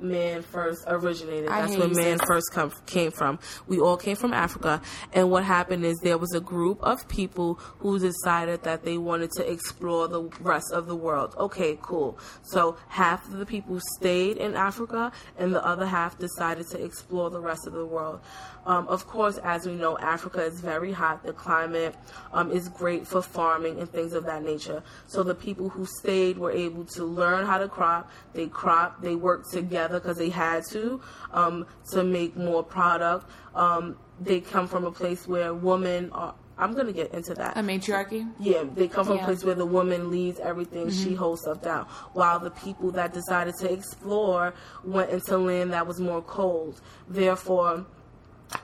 A: man first originated.
C: I
A: That's
C: hear
A: where
C: you,
A: man
C: sis.
A: first come, came from. We all came from Africa. And what happened is there was a group of people who decided that they wanted to explore the rest of the world. Okay, cool. So half of the people stayed in Africa, and the other half decided to explore the rest of the world. Um, of course, as we know, Africa is very hot. The climate um, is great for farming and things of that nature. So the people who stayed were able to learn how to crop. They cropped. They worked together because they had to um, to make more product. Um, they come from a place where women are. I'm gonna get into that.
C: a matriarchy.
A: Yeah, they come from
C: Yeah. Mm-hmm.
A: a place where the woman leads everything, she holds stuff down. While the people that decided to explore went into land that was more cold. Therefore,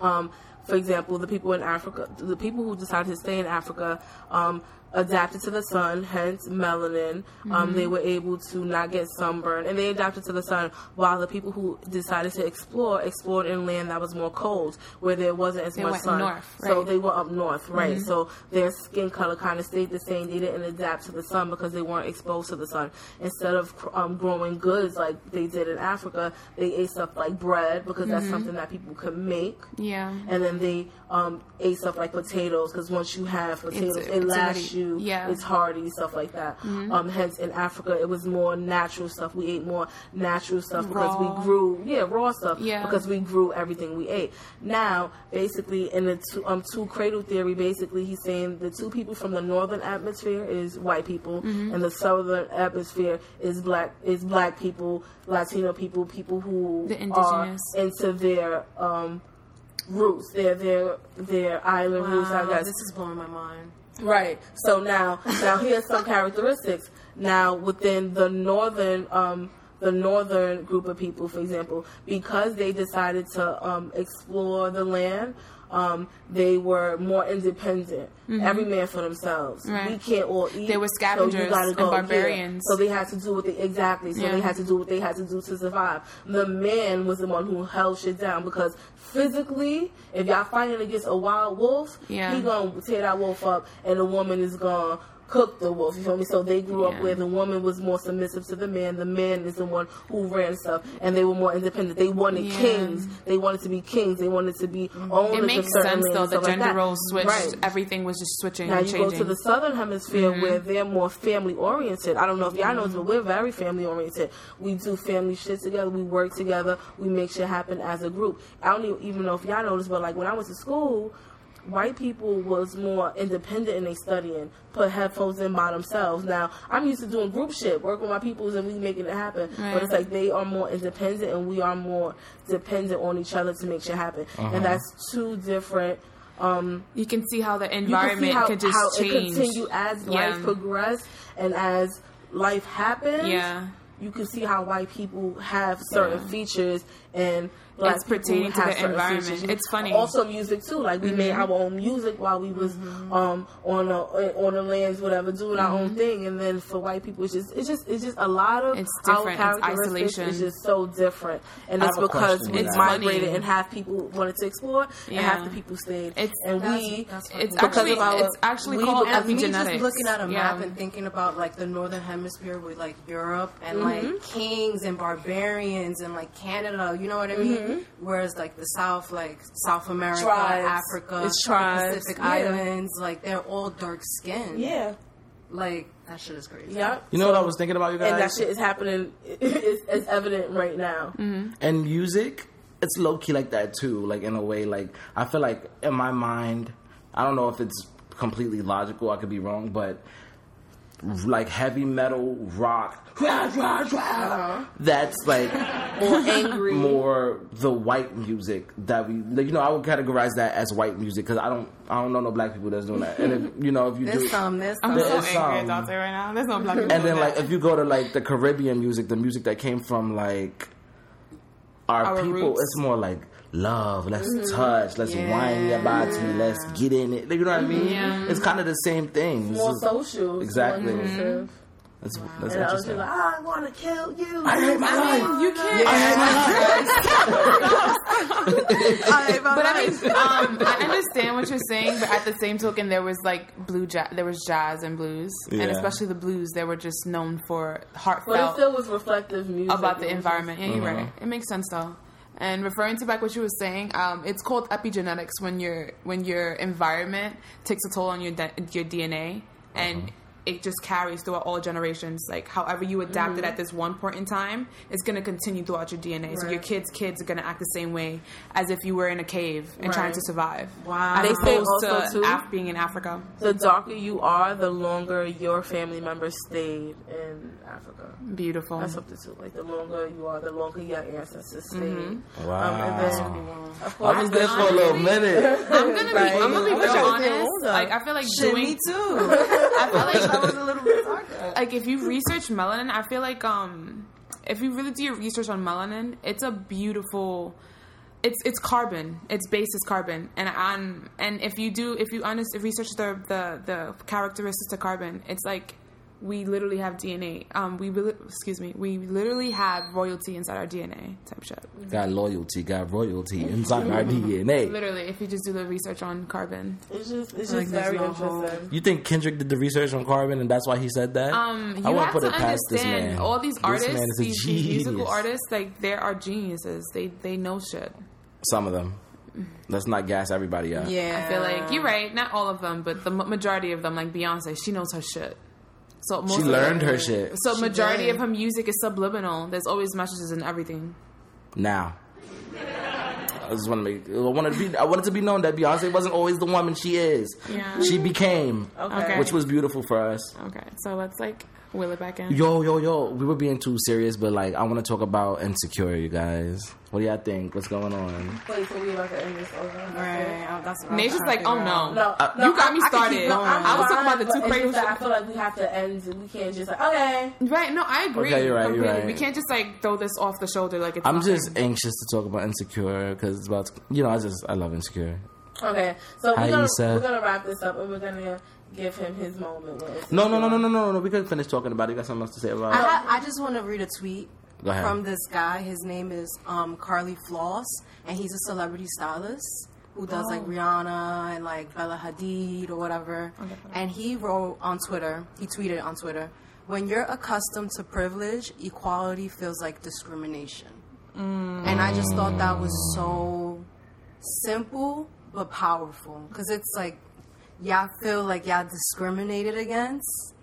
A: um, for example, the people in Africa, the people who decided to stay in Africa, um, adapted to the sun, hence melanin. Um,
C: Mm-hmm.
A: They were able to not get sunburn, and they adapted to the sun. While the people who decided to explore explored in land that was more cold, where there wasn't as much
C: went
A: sun.
C: north,
A: So
C: right.
A: they were up north, right?
C: Mm-hmm.
A: So their skin color kind of stayed the same. They didn't adapt to the sun because they weren't exposed to the sun. Instead of um, growing goods like they did in Africa, they ate stuff like bread because that's something that people could make
C: Mm-hmm. Yeah.
A: and then they um, ate stuff like potatoes because once you have potatoes,
C: It's-
A: it
C: it's
A: lasts
C: already-
A: you.
C: yeah. Mm-hmm.
A: It's hardy stuff like that. Um, hence, in Africa, it was more natural stuff. We ate more natural stuff because
C: Raw.
A: we grew, yeah, raw stuff.
C: Yeah.
A: because we grew everything we ate. Now, basically, in the two, um, two cradle theory, basically, he's saying the two people from the northern atmosphere is white people,
C: Mm-hmm.
A: and the southern atmosphere is black is black people, Latino people, people who
C: The indigenous.
A: are into their um, roots, their their their island roots. I
D: Wow,
A: guess
D: this is blowing my mind.
A: right. So now now here's some characteristics. Now within the northern um the northern group of people, for example, because they decided to um, explore the land. Um, they were more independent, every man for themselves. We
C: Mm-hmm. Right.
A: can't all eat.
C: They were
A: so you
C: scavengers
A: gotta
C: and
A: go here.
C: barbarians.
A: So they had to do what they exactly. So
C: Yeah.
A: they had to do what they had to do to survive. The man was the one who held shit down because physically, if y'all fighting against a wild wolf,
C: Yeah.
A: he gonna tear that wolf up, and the woman is gonna cook the wolf. You feel me? So they grew up
C: Yeah.
A: where the woman was more submissive to the man. The man is the one who ran stuff, and they were more independent. They wanted
C: Yeah. Mm.
A: kings. They wanted to be kings. They wanted to be owned.
C: It
A: into
C: makes
A: certain lands
C: sense though.
A: and
C: The
A: stuff like
C: gender
A: that.
C: roles switched.
A: Right.
C: Everything was just switching
A: Now
C: and
A: you go
C: changing. Mm-hmm.
A: to the southern hemisphere where they're more family oriented. I don't know if y'all know this, but we're very family oriented. We do family shit together. We work together. We make shit happen as a group. I don't e- even know if y'all know this, but like when I went to school, white people was more independent in their studying. Put headphones in by themselves. Now I'm used to doing group shit, work with my peoples, and we making it happen. But
C: Right.
A: it's like they are more independent, and we are more dependent on each other to make shit happen. And that's two different. Um,
C: you can see how the
A: you can see
C: environment
A: how,
C: could just
A: how
C: change.
A: it continue as life
C: Yeah.
A: progressed and as life happens.
C: Yeah.
A: You can see how white people have certain features and black
C: It's
A: people
C: pertaining to
A: have
C: the
A: certain
C: environment.
A: features.
C: It's funny. Mm-hmm.
A: Also, music too. Like we made our own music while we was um, on a, on the lands, whatever, doing our own thing. And then for white people, it's just it's just it's just a lot of
C: Mm-hmm. It's
A: our
C: different. It's
A: characteristics
C: isolation.
A: is just so different. And
B: I
A: it's
B: have a
A: because
B: question
A: we
B: with that.
A: migrated
C: It's
A: and half people wanted to explore and
C: Yeah.
A: half the people stayed.
C: It's-
A: and
D: That's-
A: we
D: that's
C: it's
A: because
C: actually
A: of our-
C: it's actually
A: we-
C: called
A: and
D: And me
C: epigenetics.
D: just looking at a
C: yeah.
D: map and thinking about like the northern hemisphere with like Europe and like kings and barbarians and like Canada, you know what I mean? Whereas like the South, like South America,
A: Tribes.
D: Africa,
A: It's tribes.
D: Pacific
A: Yeah.
D: Islands, like they're all dark skinned.
A: Yeah.
D: Like that shit is crazy.
A: Yep.
B: You know what I was thinking about, you guys?
A: And that shit is happening. It's, it's evident right now.
B: Mm-hmm. and music it's low key like that too like in a way like i feel like in my mind i don't know if it's completely logical i could be wrong but like heavy metal rock that's like
A: Or angry.
B: more the white music that we like, you know i would categorize that as white music because i don't i don't know no black people that's doing that and if, you know if you do
D: There's some, there's
C: I'm
D: some.
B: There
C: so
B: is
C: angry at
B: some.
C: out there right now. There's no black people.
B: and then
C: doing
B: like
C: that.
B: if you go to like the Caribbean music, the music that came from like our,
C: Our
B: people,
C: roots. Mm-hmm.
B: it's more like love. Let's touch. Let's
D: Yeah.
B: wind your body. Let's get in it. You know what I mean?
C: Yeah.
B: It's kind of the same thing.
A: More
B: It's,
A: social.
B: Exactly.
A: More inclusive.
B: it's, that's
A: And I was
B: interesting.
A: just like, "Ah, I want to kill you.
B: I hate my life.
C: you can't. But I mean, um, I understand what you're saying, but at the same token, there was like blue jazz, there was jazz and blues,
B: Yeah.
C: and especially the blues. They were just known for
A: But it
C: heartfelt
A: still was reflective music.
C: about the environment. Yeah, you're right.
A: Uh-huh.
C: It makes sense though. And referring to back what you were saying, um, it's called epigenetics when your when your environment takes a toll on your de- your DNA and.
A: Uh-huh.
C: It just carries throughout all generations. Like, however you adapt
A: Mm-hmm.
C: it at this one point in time, it's going to continue throughout your DNA. So your
D: Right.
C: kids' kids are going to act the same way as if you were in a cave and trying
A: Right.
C: to survive.
D: Wow.
C: As
A: They say
C: opposed
A: also,
C: to
A: too-
C: Af- being in Africa.
A: The darker you are, the longer your family members stayed in Africa.
B: Mm-hmm.
C: Beautiful.
A: That's something too. Like the longer you are, the longer your ancestors stayed. Um, and
B: Mm-hmm. Wow.
A: then, of course,
B: I was there for a little minute.
C: I'm gonna be, I'm gonna be
A: Right.
C: real
A: I wish I was
C: honest.
A: older.
C: Like, I feel like
D: Shit,
C: doing
D: me too. I feel like I was a little bit darker.
C: like if you research melanin, I feel like um if you really do your research on melanin, it's a beautiful it's it's carbon. Its base is carbon, and on and if you do if you honest if research the the the characteristics to carbon, it's like we literally have DNA. Um, we really, excuse me, we literally have royalty inside our DNA type shit.
B: Got loyalty, got royalty inside our DNA.
C: Literally, if you just do the research on carbon,
A: It's just, it's
D: Like,
A: just
D: there's
A: very
D: no hope.
A: interesting.
B: You think Kendrick did the research on carbon and that's why he said that?
C: um, you
B: I want
C: have
B: to put
C: to
B: it past this
C: understand
B: man.
C: all these
B: This
C: artists,
B: man is a
C: these, these musical
B: genius.
C: artists, like they are geniuses. They they know shit.
B: Some of them. Let's not gas everybody up.
D: Yeah.
C: I feel like you're right. Not all of them, but the ma- majority of them, like Beyonce, she knows her shit. So most
B: She
C: of
B: learned
C: her.
B: her shit
C: So
D: She
C: majority
D: did.
C: of her music is subliminal. There's always messages in everything.
B: now. I just want to make. I wanted to be. I wanted to be known that Beyonce wasn't always the woman she is.
C: Yeah.
B: She became,
A: Okay.
B: which was beautiful for us.
C: Okay, so let's like wheel it back in.
B: Yo, yo, yo. We were being too serious, but like, I want to talk about insecure, you guys. What do y'all think? What's going on?
A: Wait, so we about to end this over?
D: Right. I- That's what I was
C: Nature's
D: trying
C: like,
D: to
C: oh
D: figure
C: no.
D: out.
A: No,
B: Uh,
A: no,
C: you got
A: I- I
C: me
A: can
C: started.
A: keep- no, I'm
C: I was talking
A: fine,
C: about the
A: but
C: two
A: it's
C: crazy
A: just that I feel like we have to end. We can't just like okay.
C: Right, no, I agree.
B: Okay, you're right, you're
C: completely.
B: right.
C: We can't just like throw this off the shoulder like it's
B: I'm
C: nothing.
B: just anxious to talk about insecure because it's about. You know, I just I love insecure.
A: Okay, so
B: Hi,
A: we're gonna,
B: Issa.
A: we're gonna wrap this up and we're gonna give him his moment. with us.
B: No, no, no, no, no, no, no. We could finish talking about it. You got something else to say about
D: I,
B: it?
D: ha- I just want to read a tweet
B: Uh, Go ahead.
D: from this guy. His name is um, Carly Floss, and he's a celebrity stylist who does like
B: Oh.
D: Rihanna and like Bella Hadid or whatever. And he wrote on Twitter, he tweeted on Twitter, when you're accustomed to privilege, equality feels like discrimination.
B: Mm.
D: And I just thought that was so simple but powerful because it's like y'all feel like y'all discriminated against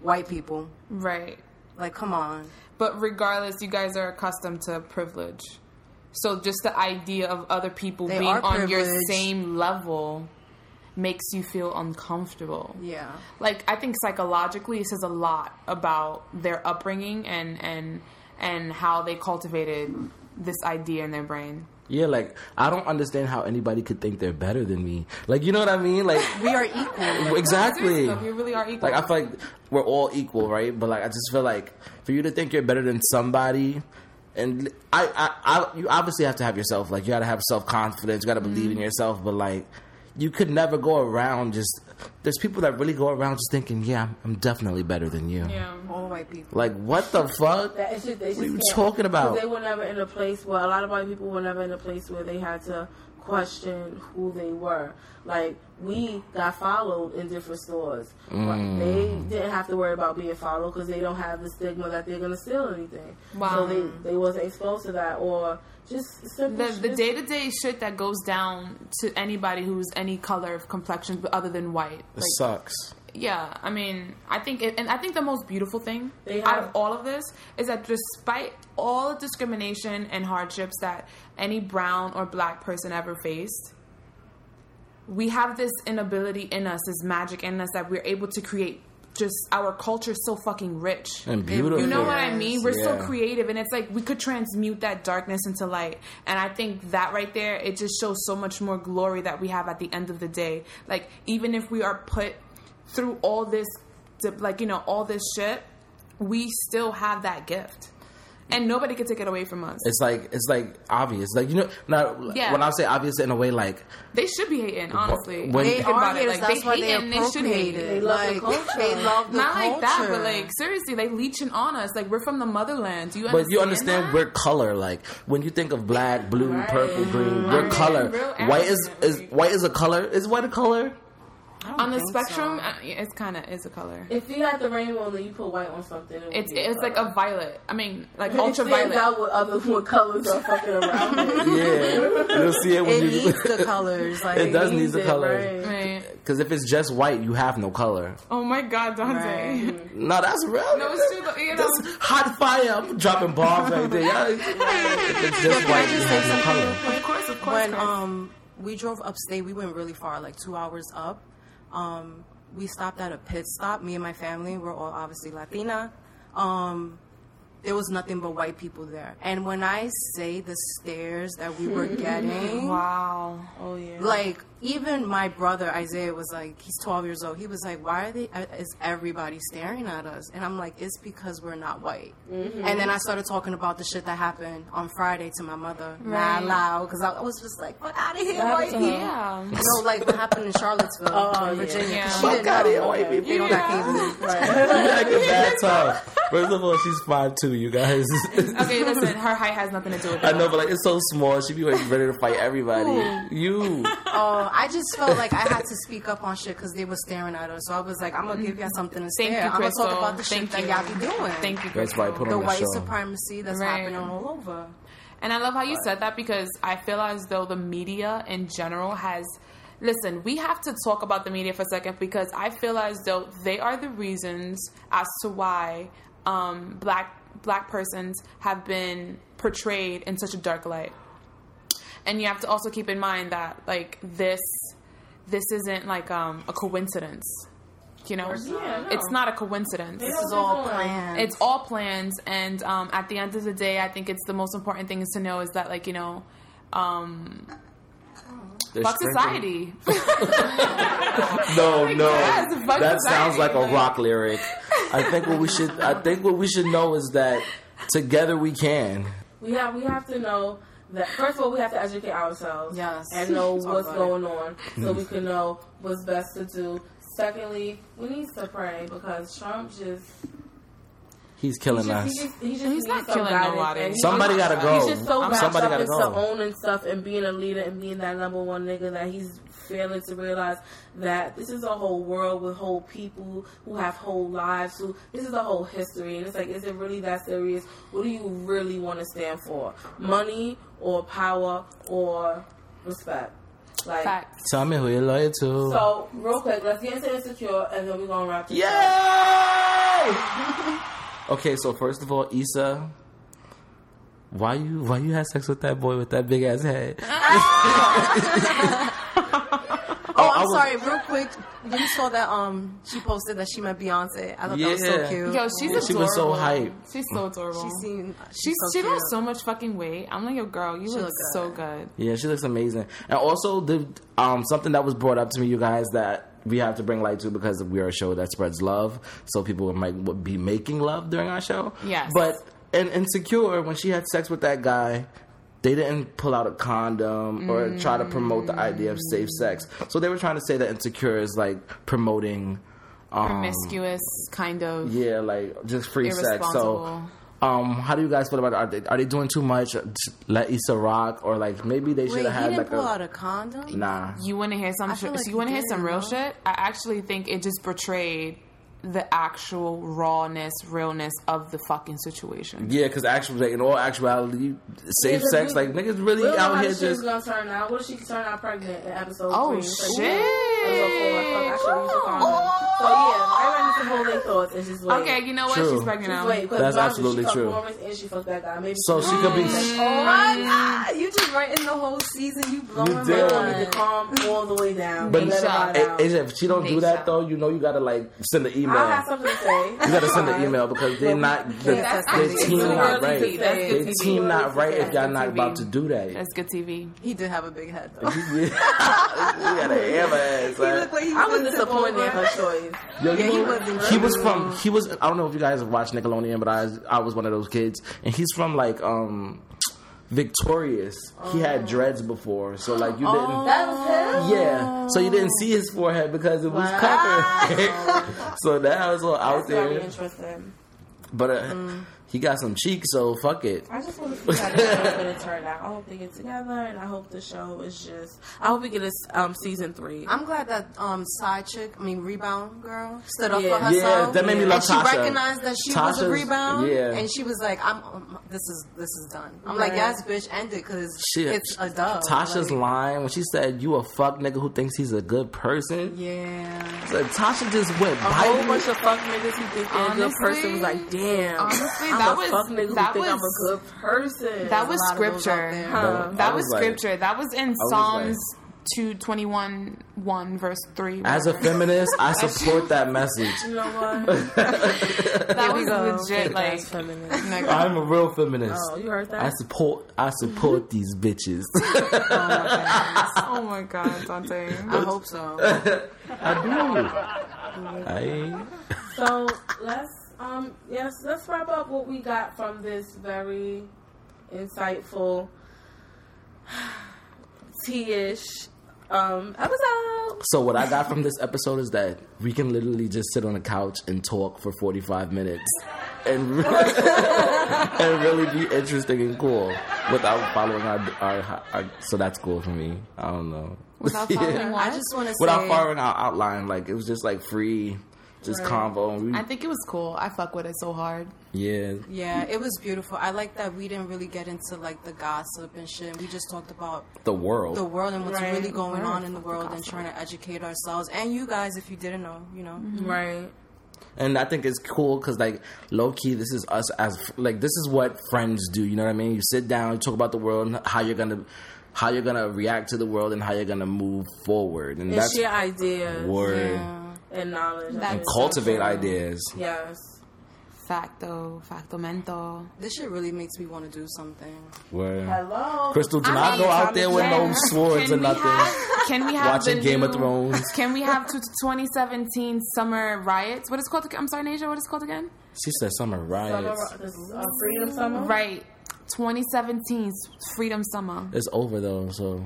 D: white people.
C: right.
D: Like, come on.
C: But regardless, you guys are accustomed to privilege. So just the idea of other people
D: They
C: being
D: are
C: on your
D: privileged.
C: same level makes you feel uncomfortable.
D: Yeah.
C: like I think psychologically it says a lot about their upbringing and and and how they cultivated this idea in their brain.
B: Yeah, like I don't understand how anybody could think they're better than me. Like you know what I mean? Like
D: We are equal.
B: exactly.
C: Seriously, you really are equal.
B: Like I feel like we're all equal, right? But like I just feel like for you to think you're better than somebody, and I, I, I you obviously have to have yourself. Like you got to have self confidence. You got to believe in
C: Mm-hmm.
B: yourself. But like you could never go around just. There's people that really go around just thinking, yeah, I'm, I'm definitely better than you.
C: yeah.
D: All white people.
B: Like what the fuck?
A: That it's just, they just
B: What are you
A: can't.
B: talking about?
A: 'Cause They were never in a place where a lot of white people were never in a place where they had to question who they were. Like we got followed in different stores.
B: Mm.
A: They didn't have to worry about being followed because they don't have the stigma that they're gonna steal anything.
C: Wow.
A: So they they wasn't exposed to that or just simple
C: The the
A: shit.
C: day to day shit that goes down to anybody who's any color of complexion but other than white.
B: It
C: Like,
B: sucks.
C: yeah, I mean, I think, it, and I think the most beautiful thing
A: They
C: out
A: have-
C: of all of this is that despite all the discrimination and hardships that any brown or black person ever faced, we have this inability in us, this magic in us that we're able to create. Just our culture so fucking rich
B: And beautiful.
C: You know what I
D: Yes.
C: mean? We're so
B: Yeah.
C: creative, and it's like we could transmute that darkness into light. And I think that right there, it just shows so much more glory that we have at the end of the day. Like even if we are put through all this, like you know, all this shit, we still have that gift, and nobody can take it away from us.
B: It's like it's like obvious. Like you know, not
C: Yeah.
B: when I say obvious in a way like
C: they should be hating, honestly.
B: When-
D: They
B: Think
D: are
C: about it,
D: haters.
C: like, they
D: that's why
C: hate
D: they
C: and they should hate
D: appropriate
C: it.
A: They
D: it.
A: love the
D: like,
A: culture.
D: They love the
C: Not like that, but
D: culture.
C: like seriously, they leeching on us. Like we're from the motherland. Do you understand?
B: But you understand
C: that?
B: we're color. Like when you think of black, blue, purple, green, we're
C: Right.
B: color.
C: Real
B: White is
C: African,
B: is
C: right?
B: white is a color. Is white a color?
D: I don't
C: on the
D: think
C: spectrum.
D: so.
C: uh, It's kind of is a color.
A: if you had the rainbow and then you put white on something, it would
C: It's
A: be
C: it's like
A: color.
C: a violet. I mean, like
A: It stands
C: ultraviolet.
A: out with other what colors are fucking around. it.
B: Yeah, you'll see it when
D: It
B: you.
D: needs the colors. Like,
B: it does
A: It
B: need
A: needs
B: the
A: it,
B: color.
A: right.
C: Right.
B: Because if it's just white, you have no color.
C: Oh my god, Dante.
D: Right.
B: No, that's real.
C: No, it's true. Though, you know,
B: That's hot fire. I'm dropping bombs right there. Y'all- If it's just white, you have no color.
C: of course, of course.
D: when
C: Chris.
D: um we drove upstate, we went really far, like two hours up. Um, we stopped at a pit stop. Me and my family were all obviously Latina. Um, there was nothing but white people there, and when I say the stares that we were getting,
C: wow.
A: Oh yeah.
D: like even my brother Isaiah was like, he's 12 years old. He was like, why are they? uh, Is everybody staring at us? And I'm like, it's because we're not white.
C: Mm-hmm.
D: And then I started talking about the shit that happened on Friday to my mother, mad
C: Right.
D: loud, because I, I was just like, fuck out of here,
A: That
D: white
A: was
D: people.
A: a-
C: Yeah.
D: No, like what happened in Charlottesville,
A: Oh,
D: Virginia.
C: yeah.
D: She
B: Fuck
D: didn't
B: outta
D: know.
B: here, white people.
D: They don't got cable.
B: like a bad time. First of all, she's five two, you guys.
C: Okay, listen, her height has nothing to do with
B: I
C: it.
B: know, but like it's so small. She be like ready to fight everybody. You,
D: Oh, I just felt like I had to speak up on shit because they were staring at us. So I was like, I'm gonna give y'all something to
C: Thank
D: stare.
C: you,
D: I'm gonna
C: Crystal.
D: talk about the shit
C: Thank
D: that
C: you.
D: y'all be doing.
C: Thank you.
B: That's why I put
D: The
B: on the
D: white
B: show.
D: supremacy that's
C: Right.
D: happening all over.
C: And I love how you said that because I feel as though the media in general has. Listen, we have to talk about the media for a second because I feel as though they are the reasons as to why um, black black persons have been portrayed in such a dark light. And you have to also keep in mind that like this this isn't like um, a coincidence. You know,
A: Yeah, no.
C: it's not a coincidence.
D: This is all planned.
C: It's all plans, and um, at the end of the day, I think it's the most important thing is to know is that like you know, um,
B: They're
C: fuck
B: shrinking.
C: society.
B: No, no,
C: Yes, fuck
B: that sounds
C: society,
B: like a
C: like-
B: rock lyric. I think what we should. I think what we should know is that together we can.
A: We have we have to know that first of all we have to educate ourselves.
D: Yes.
A: And know
D: Talk
A: what's
D: about
A: going on so we can know what's best to do. Secondly, we need to pray because Trump just
B: He's killing
A: he just,
B: us.
A: he just, he just
C: He's
A: needs
C: not
A: some
C: killing
A: guidance,
C: nobody.
A: and he
B: Somebody
A: just-
B: gotta go.
A: He's just so wrapped
B: Somebody
A: up
B: gotta
A: into
B: go.
A: owning stuff and being a leader and being that number one nigga that he's failing to realize that this is a whole world with whole people who have whole lives. Who this is a whole history, and it's like, is it really that serious? What do you really want to stand for? Money or power or respect? Like.
C: Facts.
B: Tell me who you're loyal to.
A: So real quick, let's get into insecure, and then we're gonna wrap this up.
B: Yay! okay, so first of all, Issa, why you why you had sex with that boy with that big ass head?
D: Oh, I'm
B: I was-
D: sorry. Real quick, you saw that um she posted that she met Beyonce. I thought that was so
B: Yeah.
D: cute.
C: Yo, she's adorable.
B: She was so hype.
C: She's so adorable.
D: she seemed
C: She's,
D: she's so
C: she
D: cute.
C: lost so much fucking weight. I'm like, yo, girl, you look
D: look good.
C: so good.
B: Yeah, she looks amazing. And also the um something that was brought up to me, you guys, that we have to bring light to because we are a show that spreads love. So people might would be making love during our show.
C: Yes.
B: But and insecure when she had sex with that guy. They didn't pull out a condom or try to promote the idea of safe sex. So they were trying to say that insecure is like promoting um,
C: Promiscuous, kind of.
B: yeah, like just free sex. So,
C: Irresponsible.
B: um, how do you guys feel about it? Are they, are they doing too much? Let Issa rock, or like maybe they
D: Wait,
B: should
D: he
B: have had
D: didn't
B: like
D: pull
B: a
D: out a condom.
B: nah.
C: You want to hear some?
D: I
C: Sh-
D: feel like
C: you want to
D: he
C: hear
D: did,
C: some real
D: huh?
C: shit? I actually think it just portrayed the actual rawness, realness of the fucking situation.
B: Yeah, because actually, like, in all actuality, safe
A: Yeah,
B: sex,
A: we-
B: like niggas
A: We
B: really
A: don't know
B: out
A: how
B: here
A: this shit is
B: just.
A: gonna turn out. What if she turn out pregnant in episode
C: Oh
A: three? Like,
C: shit!
A: I should use a condom. So yeah, everyone needs to hold their thoughts and just wait.
C: Okay, you know what?
B: True.
C: She's pregnant
A: Just
C: now.
A: wait, 'cause
B: That's
A: Beyonce,
B: absolutely
A: she fucked
B: true.
A: Lawrence and she fucked that guy. Maybe
B: So she could be-
D: Oh my god! You just writing the whole season. You blowing my
B: did.
A: You need
D: mind.
A: to calm all the way down.
B: But
A: and let it ride
B: It-
A: out.
B: it's- if she don't do
C: Nisha.
B: that though, you know you gotta like send an email.
A: I have something to say.
B: You gotta send an email because they're not the,
D: that's
B: their
D: actually-
B: team
D: it's
A: really
B: not right.
A: good- that's good TV.
B: Their team not right if y'all
C: That's
B: not
C: good
B: about
C: TV.
B: to do that.
C: That's good TV.
D: He did have a big head though. He
B: you gotta hammer ass. like-
D: looked like he
A: I was
D: gonna tip
A: disappointed in
D: over.
A: her choice.
B: Yo,
D: Yeah,
B: you
D: he
B: know,
D: wasn't
B: he was from he was I don't know if you guys have watched Nickelodeon, but I I was one of those kids, and he's from like um Victorious. He had dreads before, so like you didn't.
A: Oh. That was him.
B: yeah, so you didn't see his forehead because it was covered. so that was all out
A: That's not really
B: there.
A: interesting.
B: But uh, he got some cheeks, so fuck it.
A: I just want to see how this show's going to turn out. I hope they get together, and I hope the show is just. I hope we get a s- um, season three.
D: I'm glad that um side chick, I mean rebound girl, stood up
A: Yeah.
D: for herself.
B: Yeah, that made me love
D: and she
B: Tasha.
D: recognized that she was a
B: Tasha's-
D: rebound.
B: yeah.
D: and she was like, "I'm um, this is this is done." I'm like,
A: Right.
D: "Yes, bitch, end it because
B: Shit.
D: it's a dub."
B: Tasha's
D: like,
B: lying when she said, "You a fuck nigga who thinks he's a good person."
D: yeah.
B: So Tasha just went
A: A whole
B: biting.
A: bunch of fuck niggas who think they're a good
C: Honestly-
A: person was like, damn.
C: honestly,
A: I'm
C: that
A: a
C: was-
A: fuck nigga
C: that
A: who think
C: was-
A: I'm a good person.
C: That was
D: lot of those out
C: scripture.
D: there.
A: Huh.
B: I
C: That was
B: like-
C: scripture. That was in
B: was
C: Psalms two twenty one one verse three.
B: As a
C: whatever.
B: feminist, I support that message.
A: You know what?
C: that was legit.
A: Fake-ass
C: Like,
A: feminist.
C: like,
B: I'm a real feminist.
A: Oh, you heard that?
B: I support I support these bitches.
C: oh my god, Dante.
D: I hope so.
B: I do. I
A: so let's um yes let's wrap up what we got from this very insightful tea-ish um episode
B: So what I got from this episode is that we can literally just sit on a couch and talk for 45 minutes and re- and really be interesting and cool without following our, our, our so that's cool for me. I don't know.
C: Without following what?
D: I just want to
B: Without
D: say
B: following our outline, like it was just like free, just convo. And we,
C: I think it was cool. I fuck with it so hard.
B: yeah,
D: Yeah, it was beautiful. I like that we didn't really get into like the gossip and shit. We just talked about
B: the world.
D: the world and what's
A: Right.
D: really going
C: Right.
D: on in the world and trying to educate ourselves and you guys if you didn't know, you know.
A: right
B: and I think it's cool because like low key, this is us as like this is what friends do. You know what I mean? You sit down, you talk about the world, and how you're gonna how you're gonna react to the world, and how you're gonna move forward, and
A: it's
B: that's
A: your ideas
B: word
D: Yeah.
A: and knowledge
C: That's-
B: and cultivate
C: so true.
B: ideas.
A: yes
C: Facto, facto, mento.
D: This shit really makes me want to do something.
B: Word.
A: hello
B: Crystal, do
C: I
B: not
C: mean,
B: go out there with no
C: yeah.
B: swords or
C: Can we
B: nothing.
C: have- Can we have
B: Watching
C: the
B: Game of
C: new-
B: Thrones.
C: Can we have two- 2017 summer riots? What is it called? ag- I'm sorry, Nasia. What is it called again?
B: She said summer
A: Summer,
B: riots.
A: this is, uh, freedom summer
C: Right. 2017 's Freedom Summer.
B: It's over though, so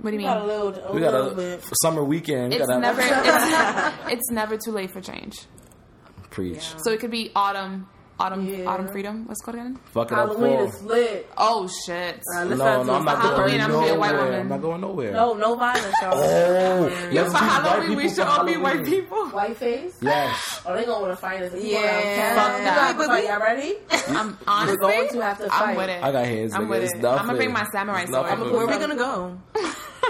C: What do you
A: we got a
C: mean?
A: little, a
B: we got
A: little
B: a
A: bit
B: summer weekend. We
C: It's
B: gotta
C: never, it's never, it's never too late for change.
B: preach.
C: So it could be autumn, autumn,
A: Yeah.
C: autumn freedom. What's it called again?
B: Fuck it up,
A: Halloween
B: fall.
A: is lit
C: Oh shit!
A: Uh, let's
B: No,
A: do
B: no, I'm
A: it.
B: not
C: Halloween,
B: going
C: I'm gonna be a white
B: nowhere.
C: woman.
B: I'm not going nowhere.
A: no no violence y'all
B: Oh, yes,
C: for Halloween, we should all be white
B: people.
C: people.
A: white face
B: Yes.
A: Oh, they gonna want to fight us. You
D: Yeah.
A: wanna have
C: Fuck
A: fun?
C: that.
A: Fuck Y'all ready?
C: I'm honestly,
A: going to have to
C: I'm
A: fight.
C: with it.
B: I got hands.
C: I'm
B: nigga.
C: with
B: It's
C: it.
B: nothing.
C: I'ma bring my samurai
B: It's nothing
C: sword.
B: but-
D: Where are we going to go?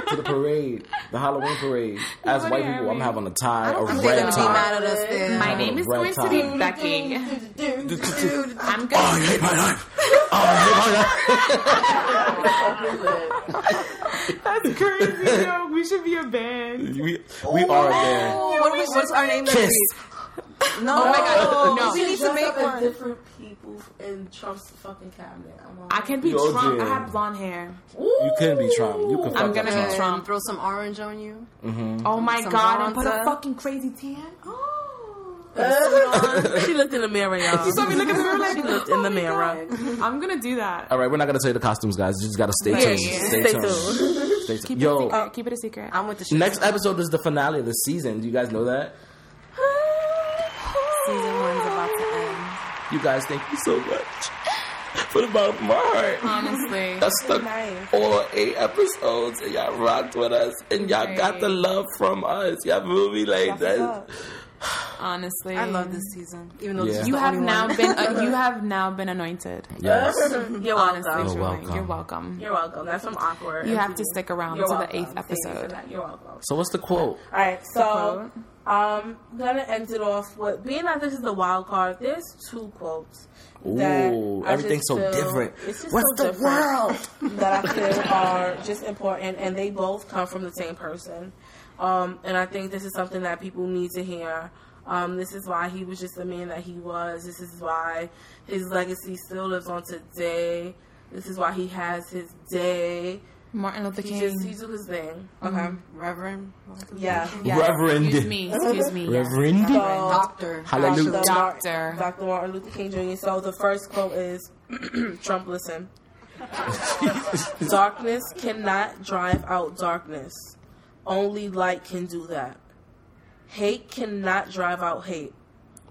B: to the parade, the Halloween parade. As
C: Nobody
B: white
C: heard
B: people, I'm
C: me.
B: having a tie, a
C: think
D: They're
B: red
D: going to be
B: tie.
D: mad at us then.
C: My name is
B: Red
C: going to
B: tie.
C: be Becky. I'm
B: I
C: gonna.
B: hate my life. Oh, I hate my life.
C: That's crazy, yo. We should be a band.
B: We, we
C: Oh
B: are there.
D: What are we, what's our name?
B: Kiss.
D: No, oh my
C: God, no.
D: We need to make one.
A: different people in Trump's fucking cabinet. I'm on.
C: I can be
B: Yo,
C: Trump.
B: Jen.
C: I have blonde hair.
B: You couldn't be Trump. You could fuck
C: I'm gonna
B: Trump.
C: be Trump.
D: Throw some orange on you.
B: Mm-hmm.
C: Oh my
D: Some
C: god! And put a
D: bronzer.
C: fucking crazy tan.
A: she looked in the mirror, y'all.
C: So we look in the mirror like, "Oh
A: She looked in the mirror.
C: I'm gonna do that.
B: All right, we're not gonna tell you the costumes, guys. You just gotta stay
C: Yeah,
B: tuned.
C: yeah.
B: Stay,
A: Stay
B: tuned.
A: tuned.
B: Stay tuned.
C: Keep it a
B: Yo,
C: secret. Keep it a secret.
D: I'm with the shit.
B: next episode is the finale of the season. Do you guys know that?
D: season one's about to end.
B: You guys, thank you so much for the bottom of my heart.
C: Honestly,
B: That's the
A: Nice.
B: all eight episodes, and y'all rocked with us, and y'all got the love from us. Y'all movie like that.
C: honestly,
D: I love this season. Even though this
B: Yeah.
D: is
C: You
D: the
C: have
D: only
C: now
D: one.
C: been uh, you have now been anointed.
B: Yes.
A: You're welcome.
B: You're
C: Honestly, You're
B: welcome.
C: welcome. You're welcome.
A: You're welcome. That's from awkward.
C: You have to stick around
A: You're
C: to the
A: welcome.
C: eighth
A: Thank you for
C: episode.
A: that. You're welcome.
B: So what's the quote?
A: All right, so um, I'm gonna end it off with being that this is the wild card. There's two quotes. that
B: Ooh,
A: I
B: everything's
A: just
B: so
A: feel-
B: different.
A: it's just
B: What's
A: so
B: the
A: different
B: world?
A: that I feel are just important, and they both come from the same person. Um, and I think this is something that people need to hear. Um, this is why he was just the man that he was. This is why his legacy still lives on today. This is why he has his day.
C: Martin Luther
A: He
C: King.
A: just he took his thing. Okay.
B: Mm-hmm.
D: Reverend.
A: Yeah.
C: Yes.
B: Reverend.
C: Excuse me. Excuse me. yes.
B: Reverend?
A: So-
D: Doctor.
B: Hallelujah.
A: Dr. Mar-
C: Doctor.
A: Dr. Martin Luther King Jr. So the first quote is Trump, listen. darkness cannot drive out darkness. Only light can do that. Hate cannot drive out hate.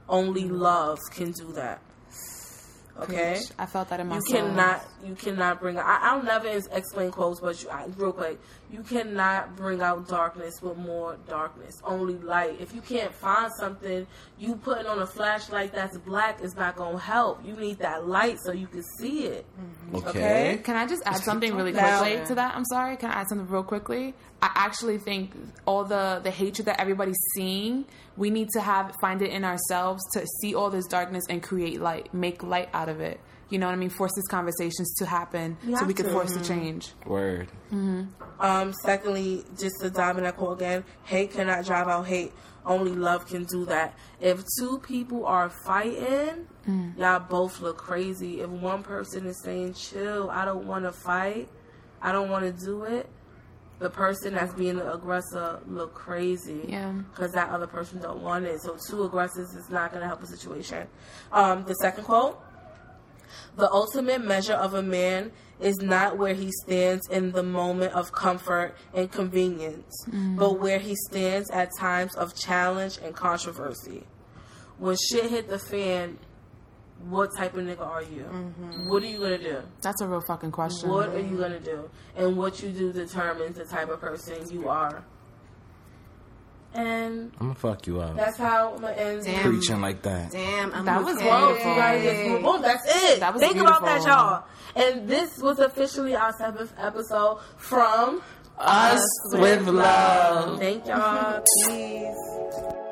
A: Only love can do that. Okay?
C: I felt that in my
A: You
C: soul.
A: cannot, you cannot bring. I, I'll never ex- explain quotes, but you, I, real quick, you cannot bring out darkness with more darkness. Only light. If you can't find something, you putting on a flashlight that's black is not gonna help. You need that light so you can see it.
C: Mm-hmm.
B: Okay.
C: Can I just add something really
A: Now-
C: quickly to that? I'm sorry. Can I add something real quickly? I actually think all the the hatred that everybody's seeing, we need to have find it in ourselves to see all this darkness and create light, make light out out of it. You know what I mean? Force these conversations to happen so
A: have
C: we could
A: to.
C: force the change.
B: Word.
A: Um, secondly, just to dive in that call again, hate cannot drive out hate. Only love can do that. If two people are fighting, y'all both look crazy. If one person is saying, chill, I don't want to fight, I don't want to do it, the person that's being the aggressor look crazy.
C: Yeah.
A: Because that other person don't want it. So two aggressors is not going to help the situation. Um, the second quote, the ultimate measure of a man is not where he stands in the moment of comfort and convenience, but where he stands at times of challenge and controversy. When shit hit the fan, what type of nigga are you? What are you gonna do?
C: That's a real fucking question.
A: What are you gonna do? And what you do determines the type of person you are. And
B: I'm gonna fuck you up.
A: that's how I'm gonna end.
D: Damn.
B: Preaching like that.
D: Damn, I'm
C: That was
D: okay.
C: wonderful.
A: You guys, it's- boom, Oh, that's it.
C: That was
A: Think about that,
C: beautiful.
A: y'all. And this was officially our seventh episode from
B: Us with love.
A: Thank y'all. Peace.